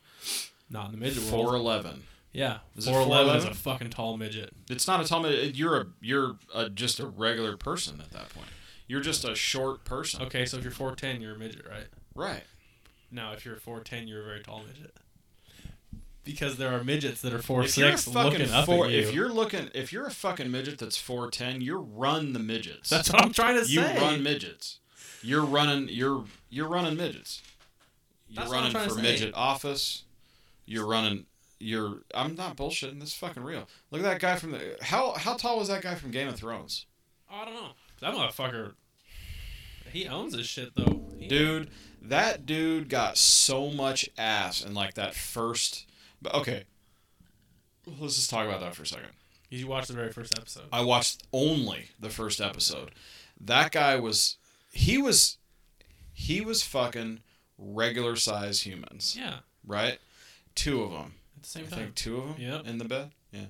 Speaker 3: Not in the midget
Speaker 4: Four
Speaker 3: world.
Speaker 4: eleven.
Speaker 3: Yeah.
Speaker 4: Is it
Speaker 3: 411 is a
Speaker 4: 411?
Speaker 3: fucking tall midget.
Speaker 4: It's not a tall midget. You're a you're a, just a regular person at that point. You're just a short person.
Speaker 3: Okay, so if you're 4'10, you're a midget, right?
Speaker 4: Right.
Speaker 3: No, if you're 4'10, you're a very tall midget. Because there are midgets that are
Speaker 4: if you're a
Speaker 3: 4'6
Speaker 4: fucking
Speaker 3: looking up
Speaker 4: four,
Speaker 3: at you.
Speaker 4: if you're looking, if you're a fucking midget that's four ten, you run the midgets.
Speaker 3: That's what I'm trying to
Speaker 4: you
Speaker 3: say.
Speaker 4: run midgets. You're running. You're you're running midgets. You're
Speaker 3: That's what
Speaker 4: running
Speaker 3: I'm trying
Speaker 4: for
Speaker 3: to say.
Speaker 4: midget office. You're running. You're. I'm not bullshitting. This is fucking real. Look at that guy from the. How how tall was that guy from Game of Thrones?
Speaker 3: Oh, I don't know. That motherfucker. He owns his shit though. He-
Speaker 4: Dude, that dude got so much ass in like that first. But okay, let's just talk about that for a second.
Speaker 3: you watched the very first episode.
Speaker 4: I watched only the first episode. That guy was he was he was fucking regular size humans,
Speaker 3: Yeah,
Speaker 4: right? Two of them.
Speaker 3: at the same
Speaker 4: I
Speaker 3: time
Speaker 4: think two of them
Speaker 3: Yep.
Speaker 4: in the bed. Yeah.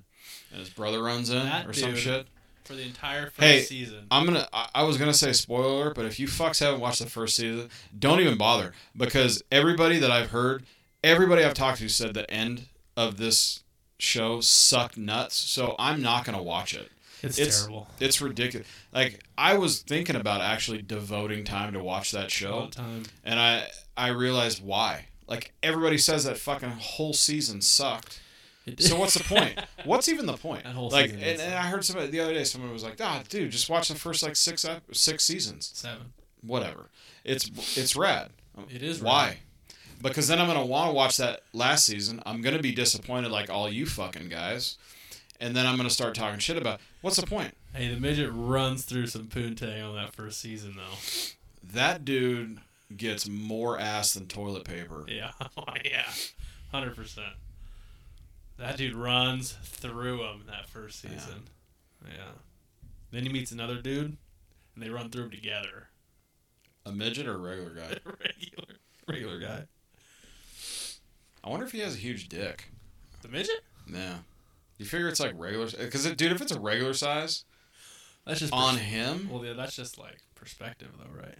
Speaker 4: And his brother runs in
Speaker 3: That
Speaker 4: or some
Speaker 3: dude.
Speaker 4: shit.
Speaker 3: for the entire first
Speaker 4: Hey.
Speaker 3: season.
Speaker 4: I'm gonna. I, I was gonna say spoiler, alert, but if you fucks haven't watched the first season, don't even bother because everybody that I've heard, everybody I've talked to said the end of this show sucked nuts. So I'm not gonna watch it.
Speaker 3: It's, terrible
Speaker 4: It's ridiculous. Like I was thinking about actually devoting time to watch that
Speaker 3: all
Speaker 4: show,
Speaker 3: the time.
Speaker 4: and I I realized why. Like everybody says that fucking whole season sucked.
Speaker 3: It
Speaker 4: So what's the point? What's even the point?
Speaker 3: That whole
Speaker 4: like,
Speaker 3: season
Speaker 4: and,
Speaker 3: is-
Speaker 4: and I heard somebody the other day. Someone was like, "Ah, dude, just watch the first like six ep- six seasons.
Speaker 3: Seven.
Speaker 4: Whatever. It's it's rad.
Speaker 3: It is
Speaker 4: Why?
Speaker 3: rad.
Speaker 4: Because then I'm gonna want to watch that last season. I'm gonna be disappointed like all you fucking guys, and then I'm gonna start talking shit about what's the point?
Speaker 3: Hey, the midget runs through some poontang on that first season, though.
Speaker 4: That dude gets more ass than toilet paper.
Speaker 3: Yeah, Oh, yeah, hundred percent. That dude runs through him that first
Speaker 4: Yeah.
Speaker 3: season. Yeah. Then he meets another dude, and they run through him together.
Speaker 4: A midget or a regular guy?
Speaker 3: regular, regular guy.
Speaker 4: I wonder if he has a huge dick.
Speaker 3: The midget?
Speaker 4: Yeah. You figure it's like regular? Because dude, if it's a regular size
Speaker 3: That's just
Speaker 4: on
Speaker 3: pers-
Speaker 4: him
Speaker 3: Well, yeah, that's just like perspective, though, right?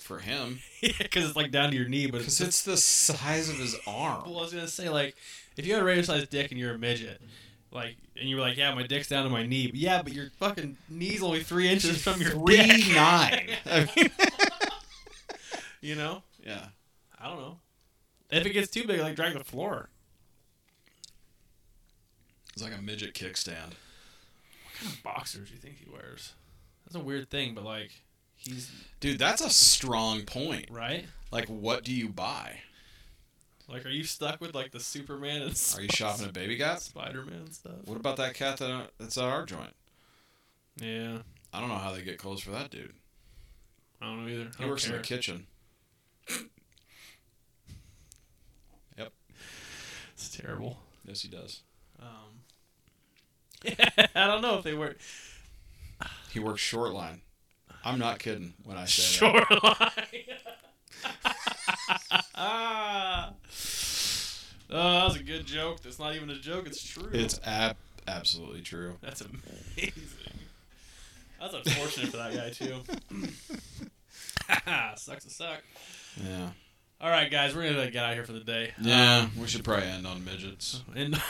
Speaker 4: for him,
Speaker 3: yeah, because it's like down to your knee, but
Speaker 4: because
Speaker 3: it's
Speaker 4: it's the size of his
Speaker 3: Well,
Speaker 4: arm.
Speaker 3: I was gonna say like, if you had a regular sized dick and you're a midget, like, and you were like, yeah, my dick's down to my knee, but yeah, but your fucking knee's only three inches from your
Speaker 4: Three
Speaker 3: dick.
Speaker 4: nine. I mean,
Speaker 3: You know,
Speaker 4: yeah.
Speaker 3: I don't know. If it gets too big, like drag the floor.
Speaker 4: It's like a midget kickstand.
Speaker 3: What kind of boxers do you think he wears? That's a weird thing, but like, he's
Speaker 4: Dude, that's a strong point.
Speaker 3: right.
Speaker 4: Like, what do you buy?
Speaker 3: Like, are you stuck with like the Superman and
Speaker 4: Are you shopping at Baby Gap?
Speaker 3: Spider Man stuff?
Speaker 4: What about that cat that, uh, that's at our joint?
Speaker 3: Yeah,
Speaker 4: I don't know how they get clothes for that dude.
Speaker 3: I don't know either. I
Speaker 4: He
Speaker 3: don't
Speaker 4: works in
Speaker 3: care.
Speaker 4: the kitchen.
Speaker 3: It's terrible.
Speaker 4: Yes, he does.
Speaker 3: Um, I don't know if they wear
Speaker 4: He works short line. I'm not kidding when I say that.
Speaker 3: Shoreline. oh, that was a good joke. That's not even a joke. It's true.
Speaker 4: It's ab- absolutely true.
Speaker 3: That's amazing. That's unfortunate for that guy too. Sucks to suck.
Speaker 4: Yeah.
Speaker 3: All right, guys, we're gonna get out of here for the day.
Speaker 4: Yeah, we should probably end on midgets.
Speaker 3: And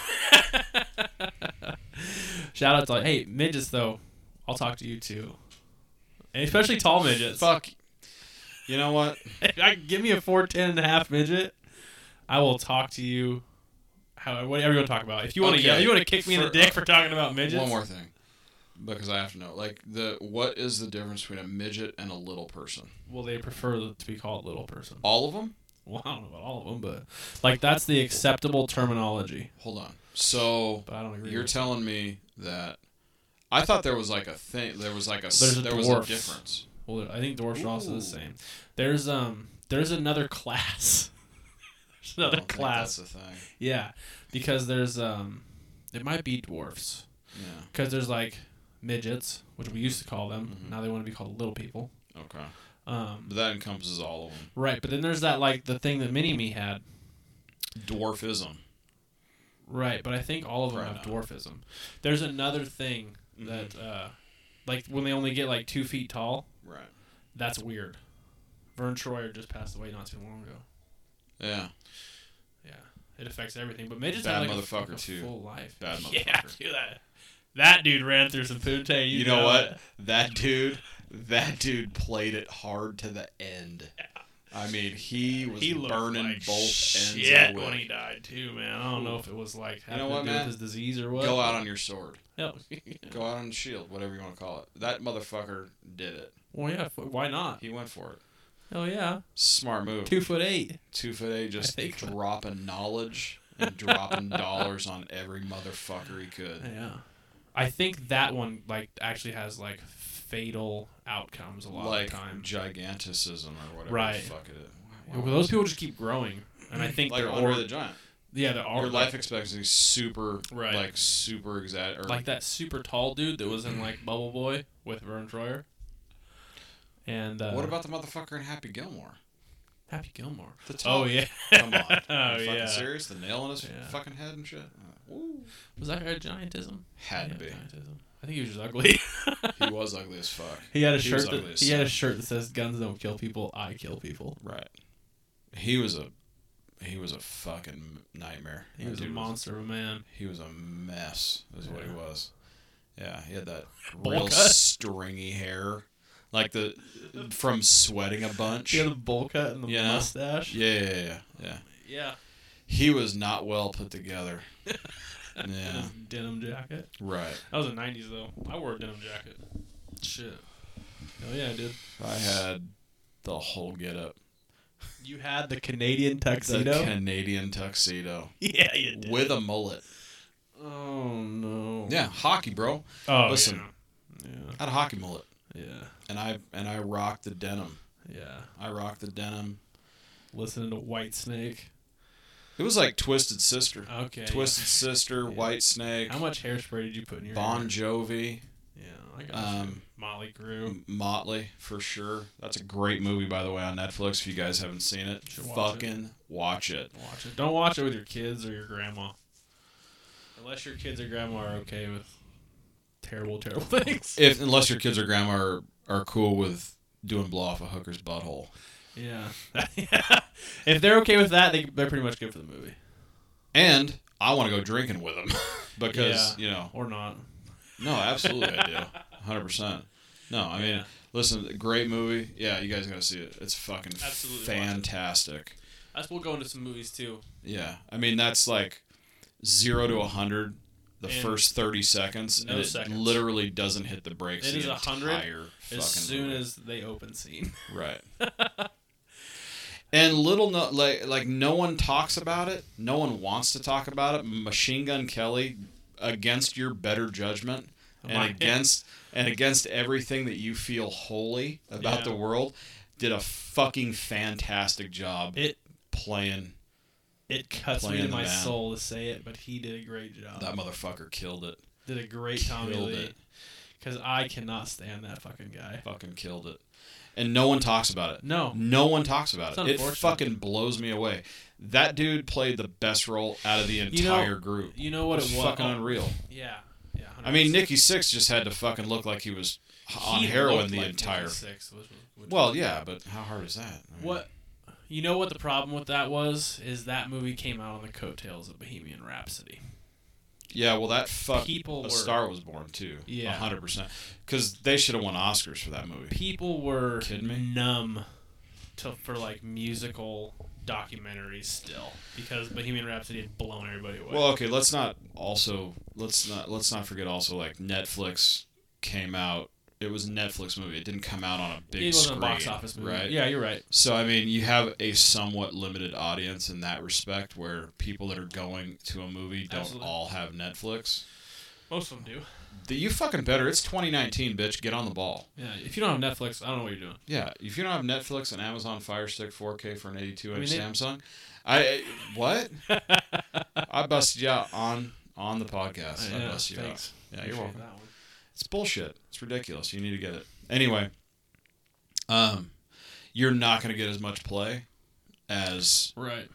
Speaker 3: shout out to hey midgets though. I'll talk to you too, and especially tall midgets.
Speaker 4: Fuck. You know what?
Speaker 3: If I give me a four ten and a half midget, I will talk to you. How, whatever you want to talk about. If you want to
Speaker 4: Okay.
Speaker 3: yell, you want to kick me in the
Speaker 4: For- uh,
Speaker 3: dick for talking about midgets.
Speaker 4: One more thing, because I have to know. Like the what is the difference between a midget and a little person?
Speaker 3: Well, they prefer to be called little person.
Speaker 4: All of them?
Speaker 3: Well, I don't know about all of them, but like that's the acceptable terminology.
Speaker 4: Hold on. So
Speaker 3: But I don't agree.
Speaker 4: you're
Speaker 3: with-
Speaker 4: telling me that I thought there was like a thing. There was like a s-
Speaker 3: There's
Speaker 4: there was a
Speaker 3: dwarfs.
Speaker 4: difference.
Speaker 3: well, I think dwarfs are also
Speaker 4: Ooh.
Speaker 3: the same. There's um, there's another class. there's another
Speaker 4: I don't think
Speaker 3: class.
Speaker 4: That's the thing.
Speaker 3: Yeah, because there's um, it might be dwarfs.
Speaker 4: Yeah.
Speaker 3: because there's like midgets, which we used to call them.
Speaker 4: Mm-hmm.
Speaker 3: Now they want to be called little people.
Speaker 4: Okay.
Speaker 3: Um,
Speaker 4: But that encompasses all of them.
Speaker 3: right, but then there's that like the thing that Mini Me had.
Speaker 4: Dwarfism.
Speaker 3: Right, but I think all of them
Speaker 4: Right
Speaker 3: have
Speaker 4: on. Mm-hmm.
Speaker 3: dwarfism. There's another thing that, uh, like when they only get like two feet tall,
Speaker 4: Right.
Speaker 3: that's weird. Vern Troyer just passed away not too long ago.
Speaker 4: Yeah.
Speaker 3: Yeah, it affects everything. But midgets
Speaker 4: Bad
Speaker 3: have like
Speaker 4: motherfucker,
Speaker 3: a, a
Speaker 4: too.
Speaker 3: full life.
Speaker 4: Bad
Speaker 3: Yeah,
Speaker 4: motherfucker.
Speaker 3: dude, that that dude ran through some poontang. You,
Speaker 4: You, know, what?
Speaker 3: it.
Speaker 4: That dude, that dude played it hard to the end. I mean, he was
Speaker 3: he looked
Speaker 4: burning
Speaker 3: like
Speaker 4: both
Speaker 3: shit
Speaker 4: ends of the
Speaker 3: when
Speaker 4: wick.
Speaker 3: he died too, man. I don't know if it was like
Speaker 4: You
Speaker 3: having
Speaker 4: know what,
Speaker 3: to do
Speaker 4: Matt?
Speaker 3: with his disease or what.
Speaker 4: Go out on your sword.
Speaker 3: Hell,
Speaker 4: Go out on the shield, whatever you want to call it. That motherfucker did it.
Speaker 3: well, yeah. f- Why not?
Speaker 4: He went for it.
Speaker 3: Hell yeah.
Speaker 4: Smart move.
Speaker 3: Two foot eight.
Speaker 4: Two foot eight, just
Speaker 3: think-
Speaker 4: dropping knowledge and dropping dollars on every motherfucker he could.
Speaker 3: Yeah. I think that one like actually has like fatal outcomes a lot
Speaker 4: Like
Speaker 3: of the time.
Speaker 4: giganticism or whatever
Speaker 3: Right.
Speaker 4: the fuck it is. Wow.
Speaker 3: Well, those people just keep growing, and I think
Speaker 4: Like
Speaker 3: they're
Speaker 4: under
Speaker 3: or,
Speaker 4: the giant.
Speaker 3: yeah they're all
Speaker 4: Your life expectancy is super,
Speaker 3: Right.
Speaker 4: like super exact. Or
Speaker 3: like that super tall dude that was in like Bubble Boy with Vern Troyer. And uh,
Speaker 4: what about the motherfucker in Happy Gilmore?
Speaker 3: Happy Gilmore?
Speaker 4: The
Speaker 3: Oh yeah.
Speaker 4: Come on.
Speaker 3: oh
Speaker 4: Are you fucking
Speaker 3: yeah.
Speaker 4: serious? The nail in his
Speaker 3: Yeah.
Speaker 4: fucking head and shit? Uh, Woo.
Speaker 3: Was that guy giantism?
Speaker 4: Had to
Speaker 3: Yeah,
Speaker 4: be.
Speaker 3: giantism. I think he was just ugly.
Speaker 4: He was ugly as fuck.
Speaker 3: he had a
Speaker 4: He was
Speaker 3: shirt. That,
Speaker 4: ugly as
Speaker 3: he had a
Speaker 4: fuck.
Speaker 3: shirt that says "Guns don't kill people, I kill people."
Speaker 4: Right. He was a he was a fucking nightmare.
Speaker 3: He
Speaker 4: That
Speaker 3: was a
Speaker 4: dude
Speaker 3: monster of a man.
Speaker 4: he was a mess, is what he
Speaker 3: Yeah.
Speaker 4: was. Yeah, he had that
Speaker 3: Bowl
Speaker 4: real
Speaker 3: cut.
Speaker 4: stringy hair. like the from sweating a bunch.
Speaker 3: She
Speaker 4: Yeah,
Speaker 3: had a bowl cut and the
Speaker 4: Yeah.
Speaker 3: mustache.
Speaker 4: yeah, yeah, yeah, yeah.
Speaker 3: Yeah.
Speaker 4: He was not well put together. yeah,
Speaker 3: His denim jacket.
Speaker 4: right.
Speaker 3: That was the '90s though. I wore a denim jacket. Shit. Oh yeah, I did.
Speaker 4: I had the whole get up.
Speaker 3: You had the Canadian tuxedo.
Speaker 4: The Canadian tuxedo
Speaker 3: yeah, you did.
Speaker 4: with a mullet.
Speaker 3: oh no.
Speaker 4: Yeah, hockey, bro.
Speaker 3: Oh,
Speaker 4: Listen.
Speaker 3: Yeah.
Speaker 4: I had a hockey mullet,
Speaker 3: Yeah. Yeah.
Speaker 4: and I and I rocked the denim.
Speaker 3: yeah.
Speaker 4: I rocked the denim.
Speaker 3: Listening to White Snake.
Speaker 4: It was like Twisted Sister.
Speaker 3: Okay.
Speaker 4: Twisted Sister,
Speaker 3: Yeah.
Speaker 4: White Snake,
Speaker 3: How much hairspray did you put in your
Speaker 4: Bon
Speaker 3: hair?
Speaker 4: Jovi,
Speaker 3: Yeah, I got
Speaker 4: um,
Speaker 3: Molly Crew.
Speaker 4: Motley for sure. That's a great movie by the way on Netflix. If you guys haven't seen it,
Speaker 3: Should watch it.
Speaker 4: fucking watch it.
Speaker 3: Watch it. Don't watch it with your kids or your grandma. Unless your kids or grandma are okay with terrible, terrible things.
Speaker 4: If unless your kids or grandma are, are cool with doing blow off a hooker's butthole,
Speaker 3: Yeah. if they're okay with that, they, they're pretty much good for the movie.
Speaker 4: and I want to go drinking with them
Speaker 3: Yeah.
Speaker 4: because you know
Speaker 3: Or not.
Speaker 4: No, absolutely, I do. Hundred percent. No, I mean,
Speaker 3: Yeah.
Speaker 4: listen, great movie. Yeah, you guys gotta see it. It's fucking
Speaker 3: Absolutely watch it.
Speaker 4: fantastic.
Speaker 3: That's, we'll go into some movies too.
Speaker 4: Yeah, I mean that's like zero to a hundred. The
Speaker 3: In
Speaker 4: first thirty seconds,
Speaker 3: no
Speaker 4: and it
Speaker 3: seconds.
Speaker 4: literally doesn't hit the brakes.
Speaker 3: It
Speaker 4: the
Speaker 3: is a hundred
Speaker 4: entire fucking
Speaker 3: As soon
Speaker 4: movie.
Speaker 3: as they open scene.
Speaker 4: right. and little no, like like no one talks about it. No one wants to talk about it. Machine Gun Kelly, against your better judgment,
Speaker 3: Oh My-
Speaker 4: and against and against everything that you feel holy about
Speaker 3: Yeah.
Speaker 4: the world did a fucking fantastic job
Speaker 3: It
Speaker 4: playing
Speaker 3: it cuts me
Speaker 4: Playing
Speaker 3: to
Speaker 4: the
Speaker 3: my
Speaker 4: man.
Speaker 3: soul to say it, but he did a great job.
Speaker 4: that motherfucker killed it
Speaker 3: did a great Tommy
Speaker 4: killed
Speaker 3: Lee.
Speaker 4: it.
Speaker 3: Because I cannot stand that fucking guy.
Speaker 4: fucking killed it and no one talks about it
Speaker 3: No.
Speaker 4: no one talks about
Speaker 3: It's
Speaker 4: it it
Speaker 3: unfortunate.
Speaker 4: fucking blows me away that dude played the best role out of the
Speaker 3: You know-
Speaker 4: entire group
Speaker 3: You know what it was?
Speaker 4: fucking unreal
Speaker 3: Yeah. Yeah.
Speaker 4: i mean
Speaker 3: 100%.
Speaker 4: nikki six just had to fucking look like he was h- on
Speaker 3: He
Speaker 4: heroin
Speaker 3: looked
Speaker 4: the
Speaker 3: like
Speaker 4: entire
Speaker 3: 56, which was- which
Speaker 4: well
Speaker 3: was-
Speaker 4: yeah but how hard is that I mean,
Speaker 3: What? You know what the problem with that was? Is that movie came out on the coattails of Bohemian Rhapsody.
Speaker 4: Yeah, well, that fuck
Speaker 3: People
Speaker 4: a
Speaker 3: were-
Speaker 4: star was born too.
Speaker 3: Yeah.
Speaker 4: hundred percent. Because they should have won Oscars for that movie.
Speaker 3: People were
Speaker 4: Kidding me?
Speaker 3: numb to for like musical documentaries still because Bohemian Rhapsody had blown everybody away.
Speaker 4: Well, okay, let's not also let's not let's not forget also like Netflix came out. It was a Netflix movie. It didn't come out on a big
Speaker 3: it was a
Speaker 4: screen,
Speaker 3: box office movie.
Speaker 4: right?
Speaker 3: Yeah, you're right.
Speaker 4: So I mean, you have a somewhat limited audience in that respect, where people that are going to a movie don't
Speaker 3: Absolutely.
Speaker 4: all have Netflix.
Speaker 3: Most of them do.
Speaker 4: The, you fucking better. It's 2019, bitch. Get on the ball.
Speaker 3: Yeah. If you don't have Netflix, I don't know what you're doing.
Speaker 4: Yeah, if you don't have Netflix and Amazon Fire Stick 4K for an 82
Speaker 3: I mean,
Speaker 4: inch
Speaker 3: they-
Speaker 4: Samsung, I what? I busted you out on on the podcast. I
Speaker 3: Yeah,
Speaker 4: busted you
Speaker 3: thanks.
Speaker 4: out. Yeah, you're
Speaker 3: Appreciate
Speaker 4: welcome.
Speaker 3: that one.
Speaker 4: It's bullshit. It's ridiculous. You need to get it anyway. Um, you're not gonna get as much play as
Speaker 3: Right.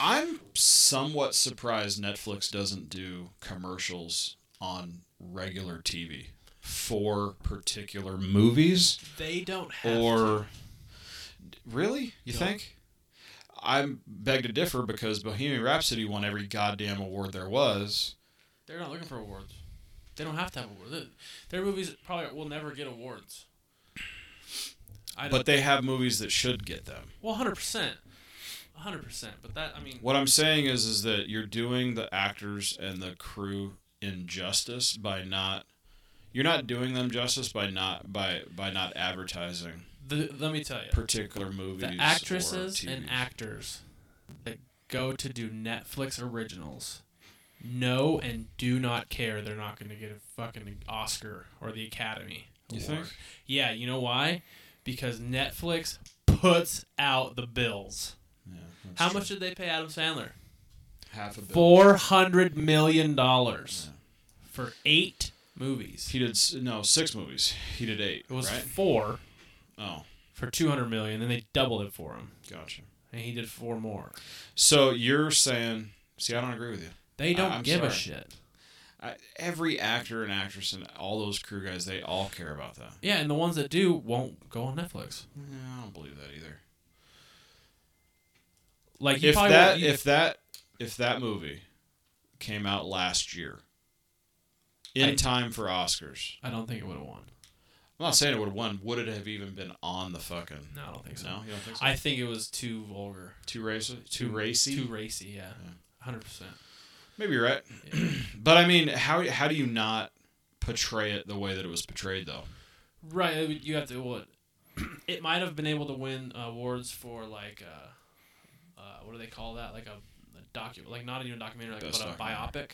Speaker 4: I'm somewhat surprised Netflix doesn't do commercials on regular TV for particular movies
Speaker 3: They don't have to.
Speaker 4: or really you
Speaker 3: No.
Speaker 4: think i beg to differ because bohemian rhapsody won every goddamn award there was
Speaker 3: They're not looking for awards. They don't have to have awards. Their- Their movies probably will never get awards. I
Speaker 4: but they have movies that should get them
Speaker 3: well, hundred percent, hundred percent. But that I mean,
Speaker 4: what i'm saying is is that you're doing the actors and the crew injustice by not you're not doing them justice by not by by not advertising
Speaker 3: the, let me tell you,
Speaker 4: particular movies
Speaker 3: the
Speaker 4: or
Speaker 3: actresses
Speaker 4: TV.
Speaker 3: and actors that go to do Netflix originals know and do not care they're not going to get a fucking Oscar or the Academy.
Speaker 4: you
Speaker 3: Award.
Speaker 4: think
Speaker 3: Yeah, you know why? Because Netflix puts out the bills.
Speaker 4: yeah, that's
Speaker 3: How
Speaker 4: true.
Speaker 3: much did they pay Adam Sandler?
Speaker 4: half a bill
Speaker 3: Four hundred million dollars for eight movies.
Speaker 4: he did s- no six movies he did eight
Speaker 3: It was
Speaker 4: right
Speaker 3: four
Speaker 4: oh
Speaker 3: for two hundred million, then they doubled it for him,
Speaker 4: gotcha
Speaker 3: and he did four more.
Speaker 4: So you're saying, see, I don't agree with you.
Speaker 3: They don't
Speaker 4: I'm
Speaker 3: give a
Speaker 4: sorry.
Speaker 3: shit.
Speaker 4: I, every actor and actress and all those crew guys, they all care about that.
Speaker 3: Yeah, and the ones that do won't go on Netflix.
Speaker 4: No, I don't believe that either.
Speaker 3: Like you
Speaker 4: If
Speaker 3: probably
Speaker 4: that,
Speaker 3: won't- you-
Speaker 4: if that, if that movie came out last year, in
Speaker 3: I-
Speaker 4: time for Oscars,
Speaker 3: I don't think it would have won.
Speaker 4: I'm not saying it would have won. Would it have even been on the fucking?
Speaker 3: No, I don't think so.
Speaker 4: No, you don't think so.
Speaker 3: I think it was too vulgar.
Speaker 4: too racy. Too racy.
Speaker 3: Mm, Too racy, yeah. 100%.
Speaker 4: Maybe you're right. but I mean, how how do you not portray it the way that it was portrayed though?
Speaker 3: Right, it would- you have to what? it might have been able to win awards for like uh, uh what do they call that? Like a, a docu like not even a documentary like
Speaker 4: Best
Speaker 3: but a biopic.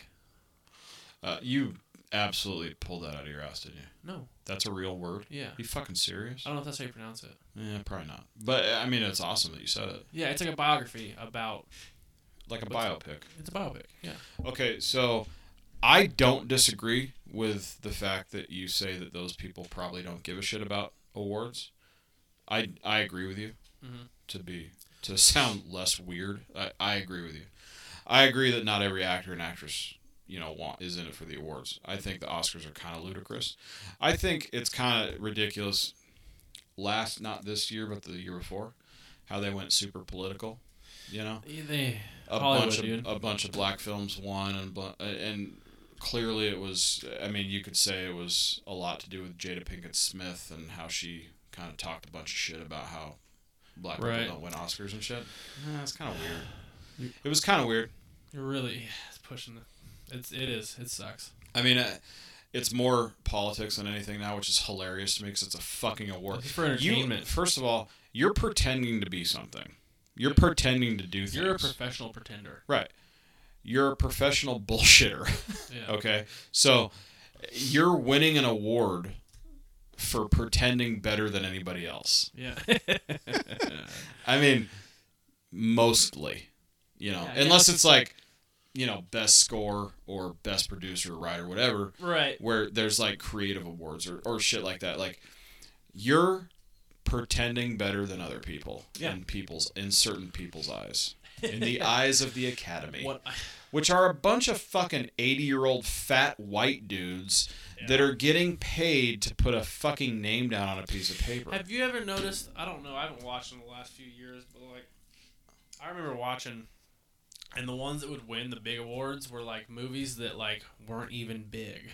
Speaker 4: Uh, you absolutely pulled that out of your ass, didn't you?
Speaker 3: No.
Speaker 4: That's a real word.
Speaker 3: Yeah.
Speaker 4: you fucking serious?
Speaker 3: I don't know if that's how you pronounce it.
Speaker 4: Yeah, probably not. But I mean, it's awesome that you said it.
Speaker 3: Yeah, it's like a biography about
Speaker 4: Like a biopic.
Speaker 3: it's a biopic. Yeah.
Speaker 4: Okay, so I don't disagree with the fact that you say that those people probably don't give a shit about awards. I I agree with you.
Speaker 3: Mhm.
Speaker 4: To be to sound less weird, I, I agree with you. I agree that not every actor and actress you know want is in it for the awards. I think the Oscars are kind of ludicrous. I think it's kind of ridiculous. Last not this year, but the year before, how they went super political. You know
Speaker 3: Yeah, They,
Speaker 4: a
Speaker 3: Hollywood,
Speaker 4: bunch of
Speaker 3: dude.
Speaker 4: a bunch of black films won, and bu- and clearly it was. I mean, you could say it was a lot to do with Jada Pinkett Smith and how she kind of talked a bunch of shit about how black
Speaker 3: Right.
Speaker 4: people don't win Oscars and shit. Eh, it's kind of weird. It was kind of weird.
Speaker 3: you're really yeah, it's pushing the it's it is. It sucks.
Speaker 4: I mean. Uh, it's more politics than anything now, which is hilarious to me because it's a fucking award.
Speaker 3: It's for entertainment.
Speaker 4: You, first of all, you're pretending to be something. You're pretending to do things.
Speaker 3: You're a professional pretender.
Speaker 4: right. You're a professional bullshitter.
Speaker 3: Yeah.
Speaker 4: Okay. So you're winning an award for pretending better than anybody else.
Speaker 3: Yeah.
Speaker 4: I mean, mostly, you know,
Speaker 3: Yeah, yeah.
Speaker 4: unless it's like, you know, best score or best producer, writer, whatever,
Speaker 3: right.
Speaker 4: where there's like creative awards or, or shit like that. Like, you're pretending better than other people
Speaker 3: Yeah.
Speaker 4: in people's in certain people's eyes in the eyes of the academy
Speaker 3: What
Speaker 4: which are a bunch of fucking 80 year old fat white dudes that are getting paid to put a fucking name down on a piece of paper.
Speaker 3: Have you ever noticed? I don't know. I haven't watched in the last few years, but like, I remember watching, and the ones that would win the big awards were like movies that like weren't even big,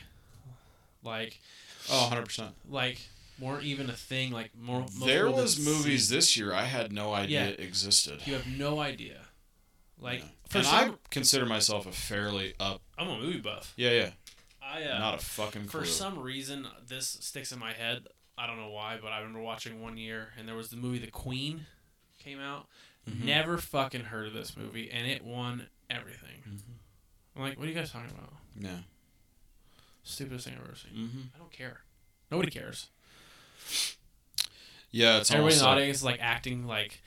Speaker 3: like
Speaker 4: oh, 100%.
Speaker 3: like weren't even a thing. Like more. most
Speaker 4: There
Speaker 3: people didn't
Speaker 4: was movies
Speaker 3: see.
Speaker 4: this year I had no idea existed.
Speaker 3: you have no idea. Like, for
Speaker 4: and I
Speaker 3: some,
Speaker 4: consider myself a fairly up.
Speaker 3: I'm a movie buff.
Speaker 4: Yeah, yeah.
Speaker 3: I uh,
Speaker 4: Not a fucking clue.
Speaker 3: For some reason, this sticks in my head. I don't know why, but I remember watching one year, and there was the movie The Queen came out.
Speaker 4: Mm-hmm.
Speaker 3: Never fucking heard of this movie, and it won everything.
Speaker 4: Mm-hmm.
Speaker 3: I'm like, what are you guys talking about?
Speaker 4: yeah.
Speaker 3: Stupidest thing I've ever seen.
Speaker 4: Mm-hmm.
Speaker 3: I don't care. Nobody cares.
Speaker 4: Yeah, it's
Speaker 3: Everybody in
Speaker 4: almost
Speaker 3: the
Speaker 4: like-
Speaker 3: audience is like acting like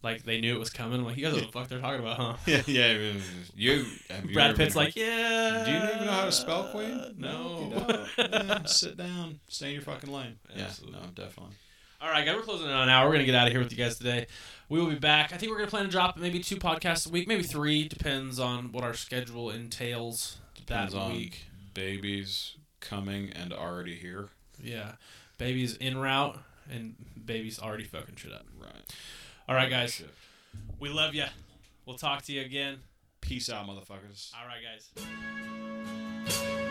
Speaker 3: like they knew it was coming. I'm like, you guys know what the fuck they're talking about, huh?
Speaker 4: Yeah, yeah. I mean, You, have you
Speaker 3: Brad
Speaker 4: ever been
Speaker 3: Pitt's like, yeah.
Speaker 4: Do you even know how to spell queen?
Speaker 3: No.
Speaker 4: you don't. Yeah, sit down. Stay in your fucking lane.
Speaker 3: Absolutely.
Speaker 4: Yeah, no, definitely.
Speaker 3: All right, guys, we're closing in on an hour. We're gonna get out of here with you guys today. We will be back. I think we're gonna plan to drop maybe two podcasts a week, maybe three, depends on what our schedule entails
Speaker 4: Depends
Speaker 3: that
Speaker 4: on
Speaker 3: week.
Speaker 4: babies coming and already here.
Speaker 3: Yeah, baby's in route and baby's already fucking shit up.
Speaker 4: Right.
Speaker 3: All right, guys,
Speaker 4: Shit.
Speaker 3: we love you. We'll talk to you again.
Speaker 4: Peace out, motherfuckers.
Speaker 3: All right, guys.